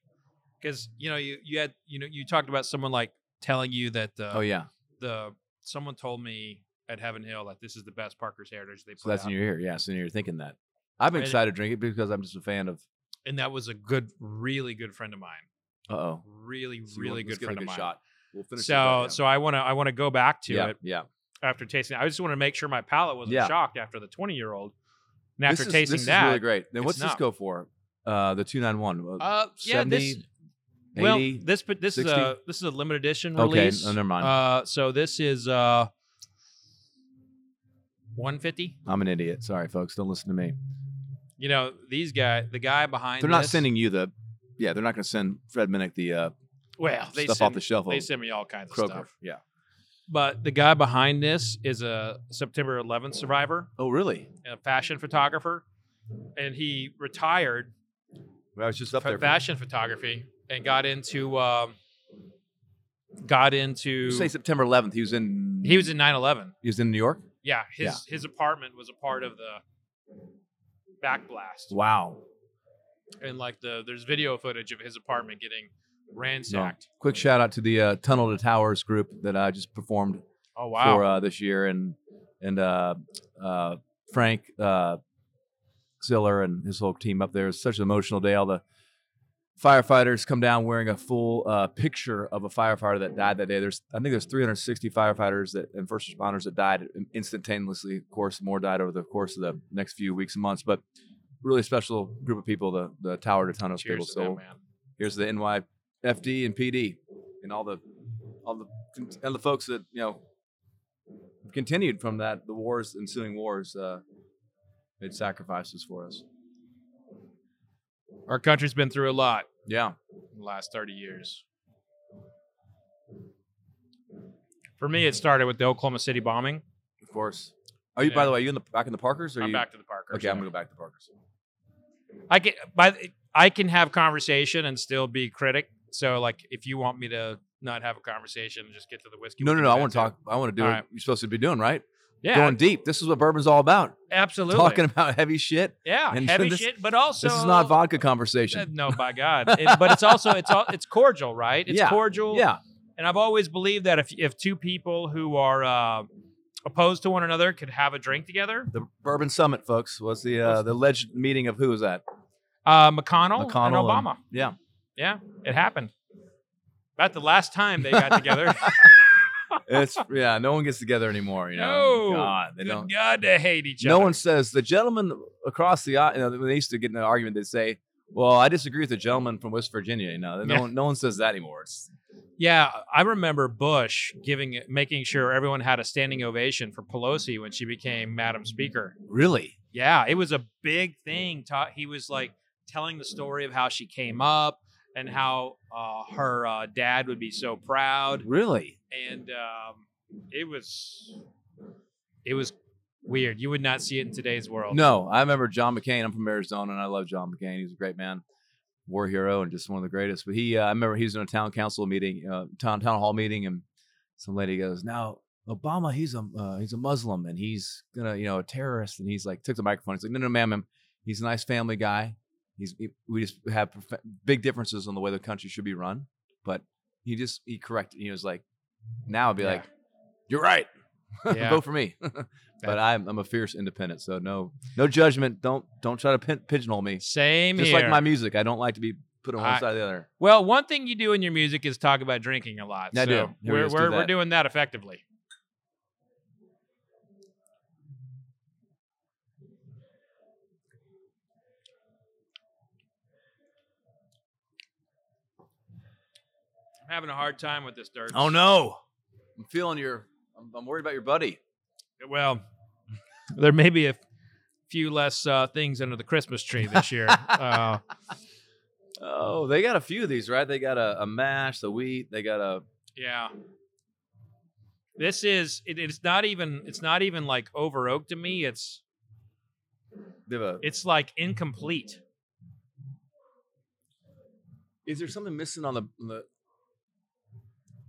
because you know you you had you know you talked about someone like telling you that uh,
Oh yeah.
the someone told me at Heaven Hill that this is the best Parker's Heritage they put
So that's
out,
in your ear. Yeah. So you're thinking that. I've been
Right.
excited to drink it because I'm just a fan of.
and that was a good, really good friend of mine,
Uh oh.
really, really good friend of mine.
Shot. We'll finish. this
so,
right now.
so I want to, I want to go back to
yeah,
it
Yeah.
after tasting. I just want to make sure my palate wasn't
Yeah.
shocked after the twenty-year-old, and after
this is,
tasting
this is
that,
really great. Then
it's
what's this
not.
go for? Uh, the two nine one.
uh, yeah,
70,
this,
80,
well, this, but this is
60?
a, this is a limited edition
Okay,
release.
no, never mind.
Uh, so this is uh, one fifty.
I'm an idiot. Sorry, folks. Don't listen to me.
You know these guy, the guy behind.
They're not
this-
sending you the. Yeah, they're not going to send Fred Minnick the uh,
well they
stuff
send,
off the shelf.
They
of
send me all kinds of
Kroger.
stuff.
Yeah.
But the guy behind this is a September 11th survivor,
Oh, really?
a fashion photographer, and he retired
I was just up
fa-
there.
fashion photography and got into um, got into
You say September 11th. He was in
He was in 9/11.
He was in New York.
Yeah, his his apartment was a part of the backblast,
Wow.
and like the there's video footage of his apartment getting ransacked.
Quick shout out to the uh, Tunnel to Towers group that I just performed
Oh wow!
for uh, this year, and and uh, uh, Frank uh, Ziller and his whole team up there. It's such an emotional day. All the firefighters come down wearing a full uh, picture of a firefighter that died that day. There's I think there's 360 firefighters that and first responders that died instantaneously. Of course, more died over the course of the next few weeks and months, but really special group of people. The the Tower to Tunnels people.
Cheers to
So
that man.
here's the NYFD and PD and all the all the and the folks that you know continued from that the wars ensuing wars uh made sacrifices for us
Our country's been through a lot
yeah
in the last 30 years. For me, it started with the Oklahoma City bombing.
of course are you by
Yeah.
the way are you in the back in the parkers or
I'm
you
back to the Parkers.
okay i'm gonna go back to the parkers
I can by the- I can have conversation and still be critic. So like, if you want me to not have a conversation and just get to the whiskey,
no
we
no
can
no i
do
want to
that
talk i want to do
All
what
right.
you're supposed to be doing right
too. Yeah,
going deep this is what bourbon's all about
absolutely.
talking about heavy shit
yeah,
and
heavy
this-
shit, but also
this is not vodka
Uh,
conversation
No, by God. It- but it's also it's all it's cordial, right? It's
Yeah.
cordial.
yeah
And I've always believed that if if two people who are uh, opposed to one another could have a drink together,
the bourbon summit folks was the uh the alleged meeting of who was that
uh, McConnell,
McConnell and-
and Obama.
yeah
yeah, it happened. About the last time they got together.
it's yeah. No one gets together anymore. You know,
No.
God, they
Good
don't.
God, they hate each
No
other.
one says the gentleman across the aisle. You know, when they used to get in an argument, they'd say, "Well, I disagree with the gentleman from West Virginia." You know, no
Yeah.
one, no one says that anymore. It's
Yeah, I remember Bush giving, making sure everyone had a standing ovation for Pelosi when she became Madam Speaker.
really
Yeah, it was a big thing. Ta- He was like telling the story of how she came up and how uh, her uh, dad would be so proud,
really.
and um, it was it was weird. You would not see it in today's world.
No, I remember John McCain. I'm from Arizona, and I love John McCain. He's a great man, war hero, and just one of the greatest. But he, uh, I remember he was in a town council meeting, uh, town town hall meeting, and some lady goes, "Now Obama, he's a uh, he's a Muslim, and he's gonna, you know, a terrorist." And he's like, took the microphone. He's like, "No, no, ma'am, ma'am. he's a nice family guy. He's he- we just have prof- big differences on the way the country should be run." But he just he corrected. He was like, "Now I'd be
Yeah.
like, you're right."
Yeah.
vote for me. but I'm, I'm a fierce independent, so no no judgment. Don't don't try to pin, pigeonhole me.
Same
Just
here.
like my music, I don't like to be put on one
I-
side or the other.
well, one thing you do in your music is talk about drinking a lot.
I do.
so
Here we
We're
go, let's do
we're, we're
that.
doing that effectively. I'm having a hard time with this dirt.
Oh, no, I'm feeling your. I'm, I'm worried about your buddy.
Well, there may be a few less uh, things under the Christmas tree this year. uh,
Oh, they got a few of these, right? They got a, a mash, the wheat. They got a.
Yeah. This is it, it's not even it's not even like over oak to me. It's
They have a.
it's like incomplete.
Is there something missing on the on the,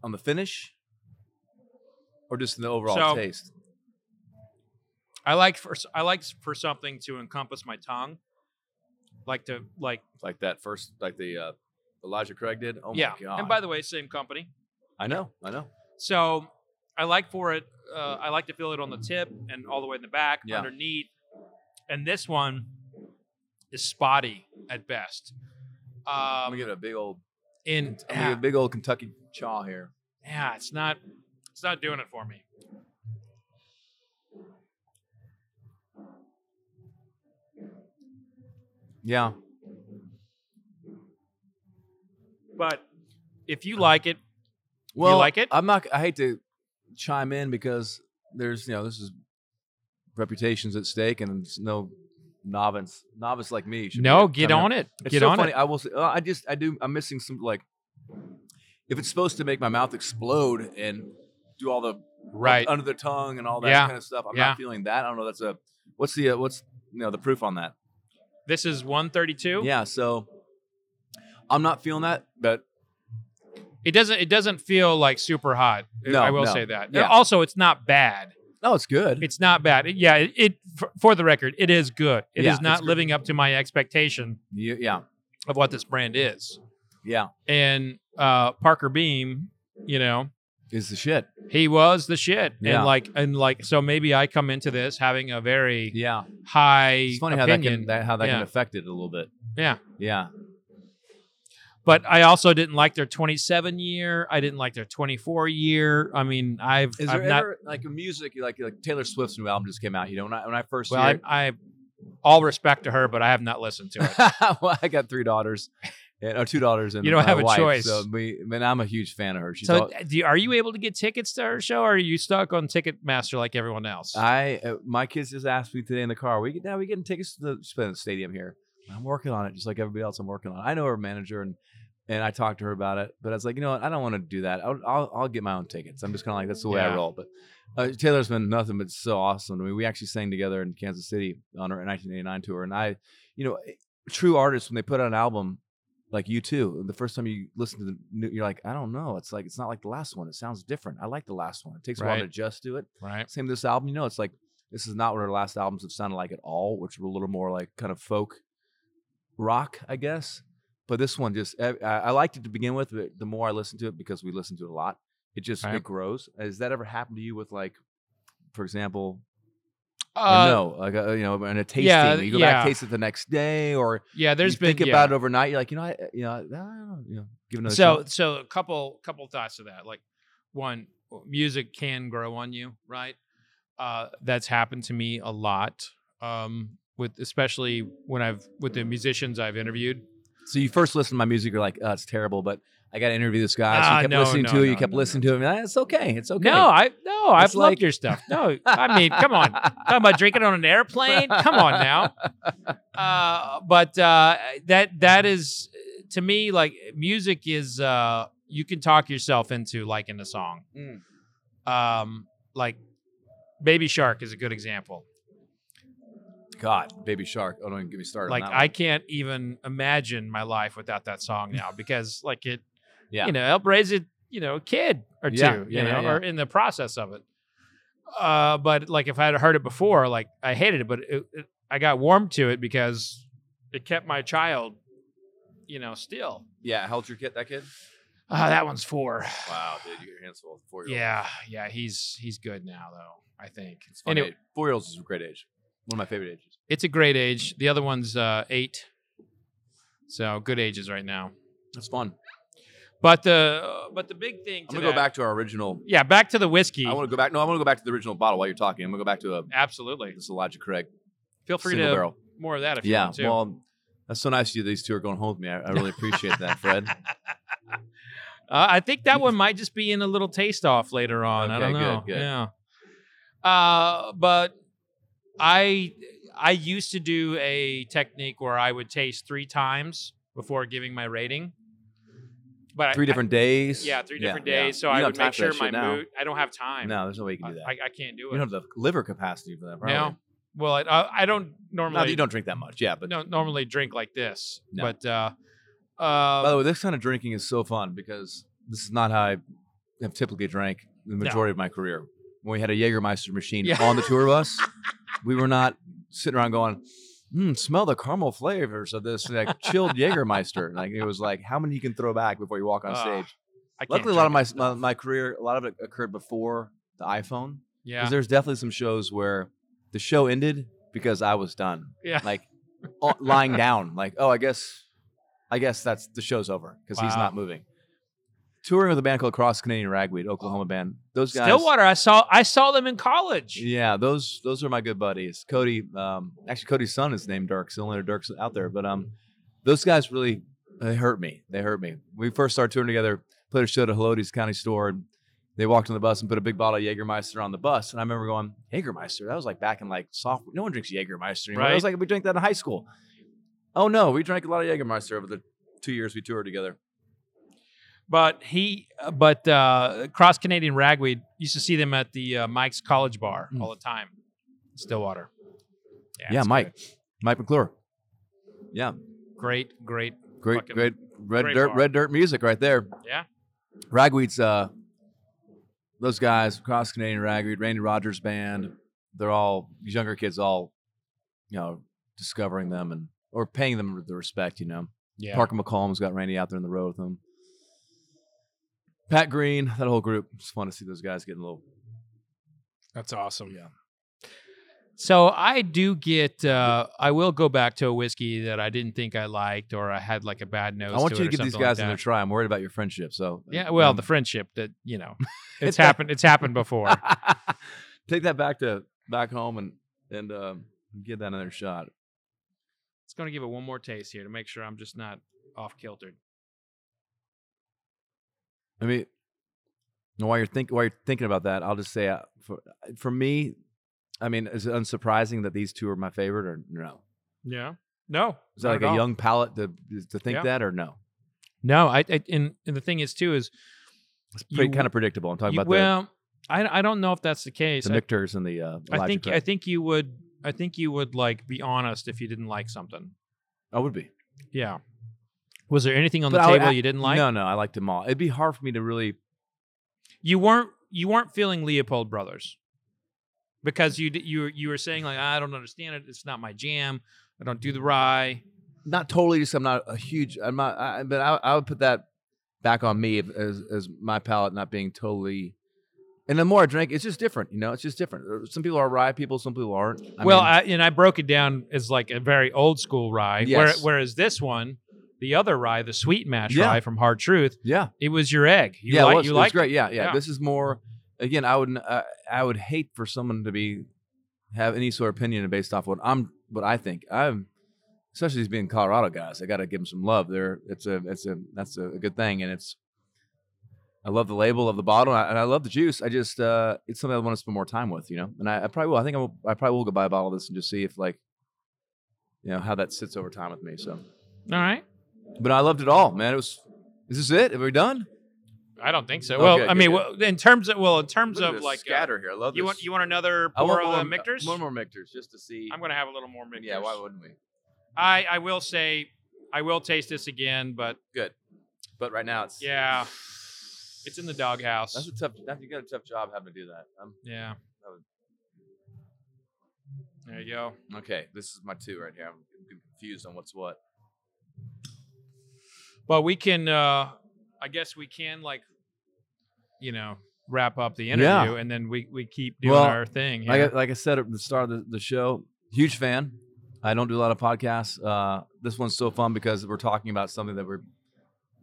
on the finish, or just in the overall
So-
taste?
I like for I like for something to encompass my tongue. Like to like
Like that first, like the uh, Elijah Craig did. Oh
yeah.
my god!
And by the way, same company.
I know, I know.
So I like for it uh, I like to feel it on the tip and all the way in the back
Yeah.
underneath. And this one is spotty at best.
I'm
Um
gonna give it a big old,
in
I'm gonna give it a big old Kentucky chaw here.
yeah, it's not it's not doing it for me.
Yeah.
But if you like it,
Well,
like it?
I'm not. I hate to chime in because there's you know this is reputations at stake, and it's no novice novice like me. Should
no, get on
it.
it.
It's
get
so
on
funny.
it.
I will. Say, uh, I just I do. I'm missing some like if it's supposed to make my mouth explode and do all the
Right.
under the tongue and all that
Yeah.
kind of stuff. I'm
Yeah.
not feeling that. I don't know. That's a what's the uh, what's you know the proof on that.
This is 132.
Yeah. So I'm not feeling that, but
It doesn't. It doesn't feel like super hot. I-
No,
I will
no.
say that.
Yeah.
Also, it's not bad.
No, it's good.
It's not bad. It- yeah. It, it for, for the record, it is good. It is
Yeah, it's
not
good.
living up to my expectation
You- yeah,
of what this brand is.
yeah,
And uh, Parker Beam, you know,
it's the shit.
he was the shit.
Yeah.
And like, and like, so maybe I come into this having a very
Yeah,
high
it's funny how that
opinion.
can that, how that
Yeah.
can affect it a little bit.
Yeah.
yeah,
but I also didn't like their 27 year. I didn't like their 24 year. I mean, I've
Is
I've
there
not.
ever like music like like Taylor Swift's new album just came out? You know, when I when I first
well,
hear
I,
it-
I all respect to her, but I have not listened to it.
well, I got three daughters, and, or two daughters, and
You don't
my
have a
wife,
choice.
So me, man, I'm a huge fan of her. She's
so,
all-
do, are you able to get tickets to her show, or are you stuck on Ticketmaster like everyone else?
I uh, my kids just asked me today in the car. We get now we getting tickets to the, she's playing at the stadium here. I'm working on it, just like everybody else. I'm working on. it. I know her manager and. And I talked to her about it, but I was like, you know what? I don't want to do that. I'll, I'll, I'll get my own tickets. I'm just kind of like, that's the way
Yeah.
I roll. But uh, Taylor's been nothing but so awesome. I mean, we actually sang together in Kansas City on her 1989 tour. And I, you know, eh, true artists, when they put out an album, like you too, the first time you listen to the new, you're like, I don't know. It's like, it's not like the last one. It sounds different. I like the last one. It takes a while
Right.
to adjust to it.
right.
Same with this album, you know, it's like this is not what her last albums have sounded like at all, which were a little more like kind of folk rock, I guess. But this one just, eh, I, I I liked it to begin with, but the more I listen to it, because we listen to it a lot, it just
Right.
it grows. Has that ever happened to you with like, for example, or
Uh,
no, like uh, you know, in a tasting,
yeah,
you go
yeah.
back taste it the next day, or
Yeah, there's
you
been
think
yeah.
about it overnight. You're like, you know, I, eh, you know, I, I don't know, you know, give it another
so
shot.
so a couple couple thoughts to that like one music can grow on you right uh that's happened to me a lot um with especially when i've with the musicians i've interviewed
So you first listen to my music, you're like, oh, it's terrible, but I got to interview this guy. So
Ah,
you kept
no,
listening
no,
to it.
no,
You kept
no,
listening to him. "Ah, It's okay. It's okay.
no i no i've
It's
loved
like-
your stuff no i mean come on talking about drinking on an airplane come on now uh but uh that that is to me like music is uh you can talk yourself into liking a song
Mm.
um like baby shark is a good example
God, Baby Shark. Oh, don't get me started.
like
on
I can't even imagine my life without that song now because like it,
Yeah.
you know, help raise a you know a kid or two,
Yeah,
you
yeah,
know,
yeah, yeah.
or in the process of it. Uh, but like if I had heard it before, like I hated it, but it, it, I got warmed to it because it kept my child, you know, still.
yeah, held your kid, that kid.
Ah, that one's four.
Wow, dude, you get your hands full. Four
Yeah, yeah, he's he's good now though. I think.
it's
funny. Anyway.
four year olds is a great age. One of my favorite ages.
It's a great age. The other one's uh, eight, so good ages right now.
That's fun.
But the but the big thing.
I'm
To
gonna go
that-
back to our original.
Yeah, back to the whiskey.
I want to go back. No, I want to go back to the original bottle while you're talking. I'm gonna go back to a.
Absolutely.
This is Elijah Craig.
Feel free
single
to
barrel.
more of that if you
Yeah.
want to.
Well, that's so nice of you. These two are going home with me. I, I really appreciate that, Fred.
Uh, I think that one might just be in a little taste off later on. I
Okay,
don't
good,
know.
good.
Yeah. Uh, but I I used to do a technique where I would taste three times before giving my rating. But I-
Three
I-
different days.
yeah, three different
yeah.
days. So
You
I
don't
would
have time
make sure
for that
my
shit now.
mood. I don't have time.
No, there's no way you can do that.
I, I can't do
you
it.
don't have the liver capacity for that. Probably.
no. Well, I, I I don't normally.
Not that you don't drink that much. Yeah, but
no, normally drink like this.
No.
But uh,
By the
uh,
way, this kind of drinking is so fun because this is not how I have typically drank the majority of my career. When we had a Jägermeister machine
Yeah.
on the tour bus, we were not sitting around going, mm, smell the caramel flavors of this like chilled Jägermeister. Like it was like how many you can throw back before you walk on
Ah,
stage.
I can't
Luckily, a lot of
drink
my, my
it.
my career, a lot of it occurred before the iPhone.
yeah,
Because there's definitely some shows where the show ended because I was done
yeah,
like uh, lying down like oh i guess i guess that's the show's over because he's
Wow.
not moving touring with a band called cross canadian ragweed oklahoma band those guys
Stillwater. I saw I saw them in college.
yeah those those are my good buddies cody um actually cody's son is named dirk so the only other dirk's out there but um those guys really they hurt me they hurt me we first started touring together played a show at a Helotes county store and they walked on the bus and put a big bottle of Jägermeister on the bus. And I remember going, Jägermeister? That was like back in like sophomore. No one drinks Jägermeister anymore. It was
Right.
like, we drank that in high school. Oh no, we drank a lot of Jägermeister over the two years we toured together.
But he, but uh, Cross Canadian Ragweed used to see them at the uh, Mike's College Bar
Mm.
all the time, Stillwater.
yeah,
it's
Mike, Mike McClure. Yeah,
great, great, great.
great,
Fucking
great red
great
dirt,
bar.
red dirt music right there.
Yeah.
Ragweed's uh, those guys, Cross Canadian Ragweed, Randy Rogers Band. They're all these younger kids, all you know, discovering them and or paying them the respect. You know,
Yeah.
Parker McCollum's got Randy out there in the road with him. Pat Green, that whole group. It's fun to see those guys getting a little.
That's awesome.
Yeah.
So I do get. Uh, I will go back to a whiskey that I didn't think I liked, or I had like a bad nose.
I want you
to it
to
or
give these
something like
guys another
that.
try. I'm worried about your friendship. So
Yeah, well,
um,
the friendship that you know, it's
It's a-
happened. It's happened before.
Take that back to back home and and um, give that another shot.
It's gonna give it one more taste here to make sure I'm just not off kiltered.
I mean, and while you're think while you're thinking about that, I'll just say uh, for for me, I mean, is it unsurprising that these two are my favorite or no?
Yeah. No.
Is that
not
like
at
a
all.
young palate to to think
Yeah.
that or no?
no, I, I and, and the thing is too is
It's pretty
You-
kind of predictable. I'm talking
you-
about
well, I I don't know if that's the
the,
case.
the
I-
Nicters and the uh,
I
Elijah
think I
Craig.
think you would I think you would like be honest if you didn't like something.
I would be
Yeah. Was there anything on
But
the
I would
table
a-
you didn't like?
No, no, I liked them all. It'd be hard for me to really.
You weren't you weren't feeling Leopold Brothers because you d- you were- you were saying like "Ah, I don't understand it. It's not my jam. I don't do the rye.
not totally just I'm not a huge I'm not I, but I, I would put that back on me if, as as my palate not being totally and the more I drink it's just different you know it's just different some people are rye people some people aren't I
well,
mean,
I, and I broke it down as like a very old school rye.
Yes.
Where, whereas this one, the other rye, the sweet mash
Yeah.
rye from Hard Truth,
yeah
it was your egg. You
yeah
like,
it was,
you
it was
liked
great yeah, yeah
Yeah.
this is more again I would uh, I would hate for someone to be have any sort of opinion based off what I'm what I think I'm especially these being Colorado guys I got to give them some love they're it's a it's a that's a good thing and it's I love the label of the bottle, and I, and I love the juice. I just uh, it's something I want to spend more time with, you know. And I, I probably will. I think I, will, I probably will go buy a bottle of this and just see if like, you know, how that sits over time with me. So,
It. All right.
but I loved it all, man. It was. Is this it? Are we done?
I don't think so.
Okay,
well, I
okay,
mean,
good.
well, in terms of well, in terms
Look at
of
this
like uh,
scatter here. I love
you
this.
want you want another
I
pour
want
of
more
the
mi-
mictors?
One more mictors, just to see.
I'm gonna have a little more mictors.
yeah, why wouldn't we?
I I will say I will taste this again, but
But right now, it's
yeah, it's in the doghouse.
That's a tough. That, you got a tough job having to do that. Um,
yeah.
That would-
There you go.
okay, this is my two right here. I'm confused on what's what.
Well, we can. uh I guess we can like, you know, wrap up the interview,
Yeah.
and then we we keep doing
Well,
our thing. here.
Like, I, like I said at the start of the, the show, huge fan. I don't do a lot of podcasts. Uh, this one's so fun because we're talking about something that we're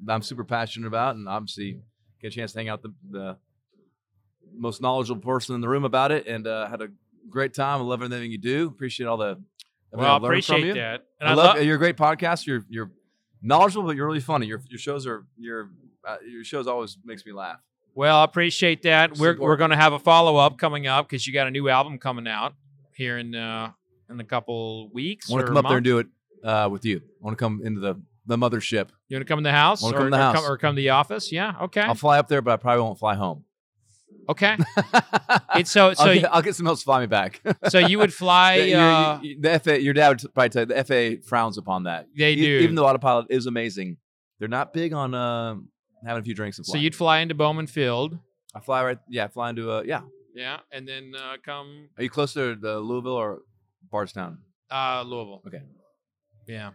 that I'm super passionate about, and obviously get a chance to hang out with the, the most knowledgeable person in the room about it, and uh, had a great time. I love everything you do. Appreciate all the everything
well, I
I've learned from
appreciate
you.
that, and
I, love you're a great podcast. You're you're knowledgeable, but you're really funny. Your your shows are your uh, your shows always makes me laugh.
Well, I appreciate that. We're
Support.
we're going to have a follow up coming up because you got a new album coming out here in uh, in a couple weeks.
I want
or
to come up there and
month.
do it uh, with you. I want to come into the the mothership.
You want to come in the house?
Wanna
or,
come in the
or
house.
Come, or come to the office? Yeah. Okay.
I'll fly up there, but I probably won't fly home.
okay. It's so so
I'll, get, I'll get someone else to fly me back.
so you would fly.
Your- your-
uh,
the FAA, your dad would probably tell you the FAA frowns upon that.
they
E-
do.
Even though autopilot is amazing, they're not big on uh, having a few drinks and
so
flying.
you'd fly into Bowman Field.
I fly right. Yeah, I fly into. Uh, yeah,
Yeah, and then uh, come
are you close to the Louisville or Bardstown?
uh, Louisville.
Okay.
Yeah.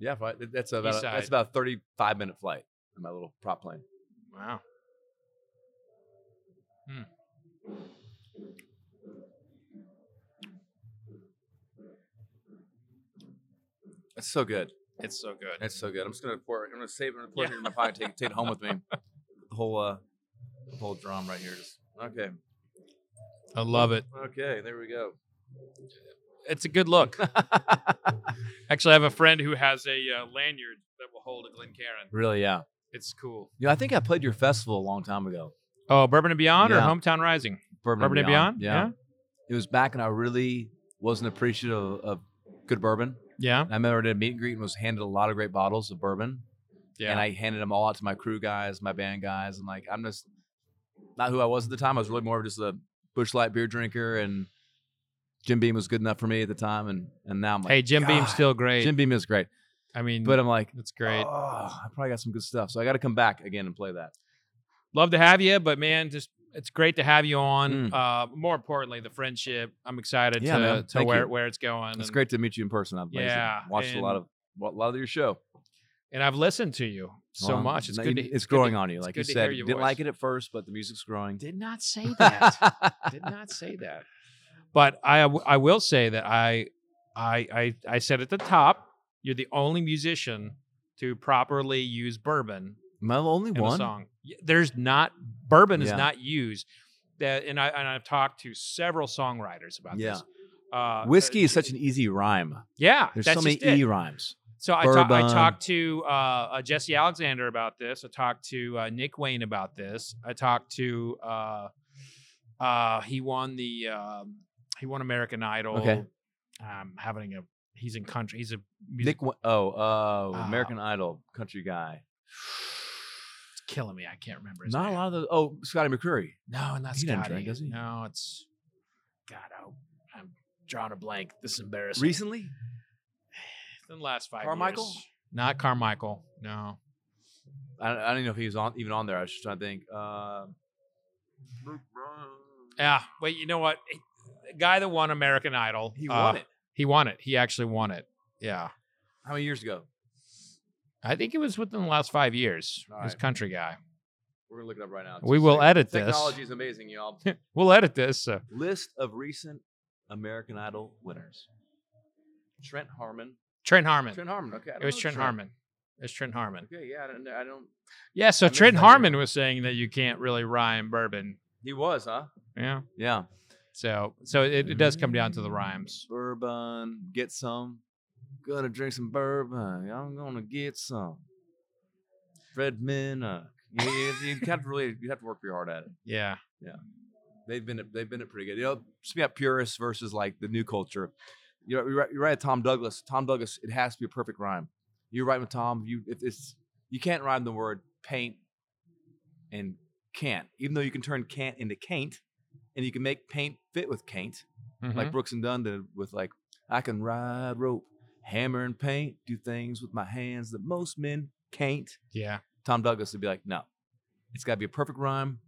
Yeah, fly- that- that's about
East
a, that's
side.
about a thirty-five minute flight in my little prop plane.
Wow. Hmm.
It's so good.
It's so good.
It's so good. I'm just gonna pour. it- I'm gonna save. it. I'm gonna pour
Yeah.
it in my pocket. Take, take it home with me. The whole uh, the whole drum right here. Just okay.
I love it.
Okay, there we go.
It's a good look. Actually, I have a friend who has a uh, lanyard that will hold a Glencairn.
really, yeah.
It's cool.
You know, I think I played your festival a long time ago.
Oh, Bourbon and Beyond or
Yeah.
Hometown Rising?
Bourbon,
Bourbon and Beyond?
Yeah. It was back when I really wasn't appreciative of, of good bourbon.
Yeah.
And I remember I did a meet and greet and was handed a lot of great bottles of bourbon.
Yeah.
And I handed them all out to my crew guys, my band guys. And like, I'm just not who I was at the time. I was really more of just a Bush Light beer drinker. And Jim Beam was good enough for me at the time. And and now I'm like,
hey, Jim Beam's
oh God,
still great.
Jim Beam is great.
I mean,
But uh, I'm like,
it's great.
"Oh, I probably got some good stuff. So I got to come back again and play that.
love to have you, but man, just it's great to have you on.
Mm.
Uh, more importantly, the friendship. I'm excited
Yeah,
to,
man.
to
Thank
where
you.
where it's going.
It's
and,
great to meet you in person. I've amazing.
Yeah,
watched a lot
and-
of a lot of your show.
and I've listened to you so
Well,
much. It's
no,
good.
you-
to,
it's
good to-
growing on you, like you
good to hear
said.
your
Didn't
voice.
like it at first, but the music's growing.
Did not say that. did not say that. But I I will say that I I I I said at the top, you're the only musician to properly use bourbon
My only
in a
one.
song. Y- There's not bourbon is
Yeah.
not used. That and I and I've talked to several songwriters about
Yeah.
this. Uh,
Whiskey is
uh,
such an easy rhyme.
yeah.
There's
that's
so many
just it.
e rhymes.
So I, ta- I
Bourbon.
talked to uh, uh, Jesse Alexander about this. I talked to uh, Nick Wayne about this. I talked to uh, uh, he won the um, he won American Idol.
Okay.
Um, having a he's in country. He's a
Nick.
music,
Wa- Oh, uh,
Ah.
American Idol, country guy.
it's killing me. I can't remember. His
Not
name.
a lot of those. Oh, Scotty McCreery.
No, and that's
He doesn't
Scotty.
drink, does he?
No, it's God. I, I'm drawing a blank. This is embarrassing.
Recently,
In the last five
Carmichael?
years. Not Carmichael. No.
I, I don't even know if he was on even on there. I was just trying to think. Uh,
Yeah, but you know what? The guy that won American Idol,
he
uh,
won it.
He won it. He actually won it. Yeah,
How many years ago?
I think it was within the last five years.
All
This
right.
country guy.
We're gonna look it up right now.
We
Just a
will
second.
edit this.
Technology is amazing, y'all.
We'll edit this. So.
List of recent American Idol winners. Trent Harmon.
Trent Harmon.
Trent Harmon. Oh, Okay. I
it
don't
was
know
Trent, Harmon. It was Trent Harmon.
Okay. Yeah. I don't. know- I don't.
Yeah. So
I missed
Trent
that
Harmon
year.
was saying that you can't really rhyme bourbon.
He was, huh?
Yeah.
Yeah.
So so it, it does come down to the rhymes.
Bourbon. Get some. Gonna drink some bourbon. I'm gonna get some. Fred Minnick. You, you, you have to really. You have to work pretty hard at it.
Yeah.
They've been. at- They've been it pretty good. You know, speaking about purists versus like the new culture. You're, you're, right, you're right. Tom Douglas. Tom Douglas. It has to be a perfect rhyme. You're right with Tom. You. If it's. You can't rhyme the word paint and can't, even though you can turn can't into caint, and you can make paint fit with caint like
Mhm.
Brooks and Dunn did with like I can ride rope, hammer and paint, do things with my hands that most men can't.
yeah.
Tom Douglas would be like, no, it's got to be a perfect rhyme.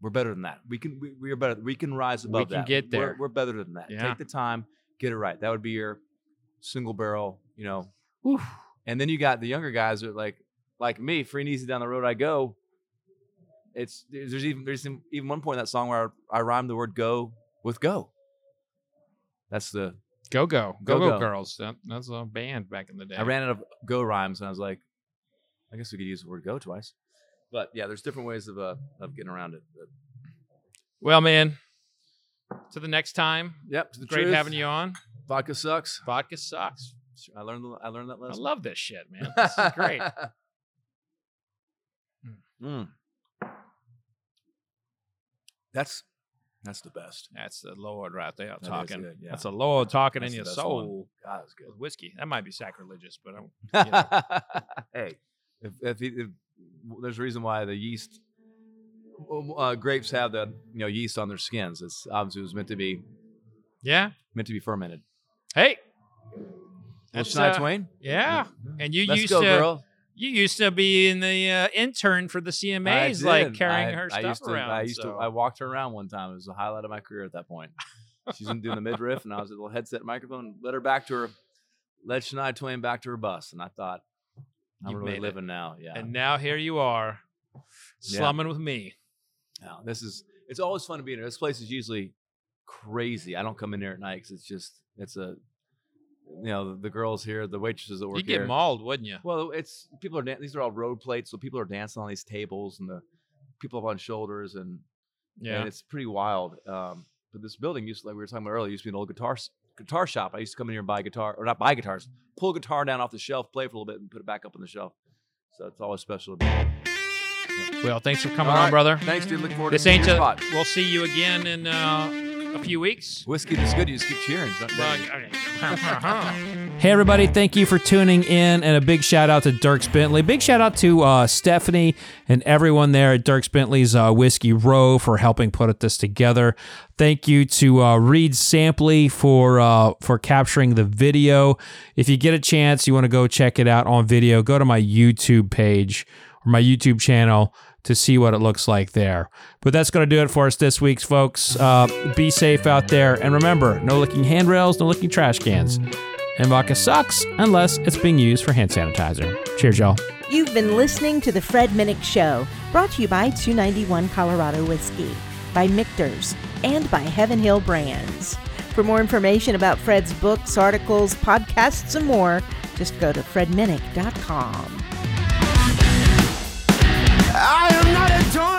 We're better than that. We can we, we are better. We can rise
We
above
can
that.
get
We're-
there."
We're, better than that.
Yeah.
Take the time, get it right. That would be your single barrel, you know. And then you got the younger guys that are like like me, free and easy down the road I go. It's there's there's even there's even- even one point in that song where I, I rhymed the word go with go. That's the
Go go go go
Go-Go.
girls. That, that's a band back in the day.
I ran out of go rhymes, and I was like, I guess we could use the word go twice. But yeah, there's different ways of uh, of getting around it. But,
Well, man. To the next time.
yep, to the
Great
truth,
having you on.
Vodka sucks.
Vodka sucks.
I learned I learned that
I
lesson.
love this shit, man. This is great. Hmm.
Mm. That's that's the best.
That's the Lord right there
is
talking.
good, yeah.
That's the Lord talking
That's
in
the
your
best
soul.
God, it's
With whiskey. That might be sacrilegious, but I'm,
good. hey, if, if, he- if there's a reason why the yeast uh, grapes have the you know yeast on their skins, it's obviously it was meant to be
yeah.
meant to be fermented.
Hey.
Well,
That's,
Shania
uh,
Twain.
Yeah. And you
Let's
used
go,
to
girl.
you used to be in the uh, intern for the
I
CMAs, like
did.
carrying
I-
her
I
stuff
used to,
around.
I used
so-
to. I walked her around one time. It was the highlight of my career at that point. She's in doing the midriff, and I was at the little headset microphone. Led her back to her. Led Shania Twain back to her bus, and I thought, I'm
You've made
really
it.
living now. Yeah.
and now here you are, slumming with me.
No, this is. It's always fun to be in here. This place is usually crazy. I don't come in here at night because it's just. It's a. You know the, the girls here, the waitresses that work
You'd get
here.
mauled, wouldn't you?
Well, it's people are dan- these are all road plates, so people are dancing on these tables and the people up on shoulders and
Yeah.
and it's pretty wild. Um, but this building used to, like we were talking about earlier, used to be an old guitar s- guitar shop. I used to come in here and buy guitar, or not buy guitars, pull a guitar down off the shelf, play for a little bit, and put it back up on the shelf. So it's always special to be.
well, thanks for coming
All
on,
right.
brother.
Thanks, dude. Looking forward
This
to
ain't
your
a,
spot.
we'll see you again in uh, a few weeks.
Whiskey that's good. You just keep cheering. Don't- don't
Well,
you?
okay.
Hey, everybody, thank you for tuning in, and a big shout out to Dirks Bentley. Big shout out to uh, Stephanie and everyone there at Dirks Bentley's uh, Whiskey Row for helping put this together. Thank you to uh, Reed Sampley for, uh, for capturing the video. If you get a chance, you want to go check it out on video, go to my YouTube page or my YouTube channel.
to see what it looks like there. But that's going to do it for us this week, folks. Uh, be safe out there. And remember no licking handrails, no licking trash cans. And vodka sucks unless it's being used for hand sanitizer. Cheers, y'all.
You've been listening to The Fred Minnick Show, brought to you by 291 Colorado Whiskey, by Michter's, and by Heaven Hill Brands. For more information about Fred's books, articles, podcasts, and more, just go to fredminnick.com.
I am not a toy.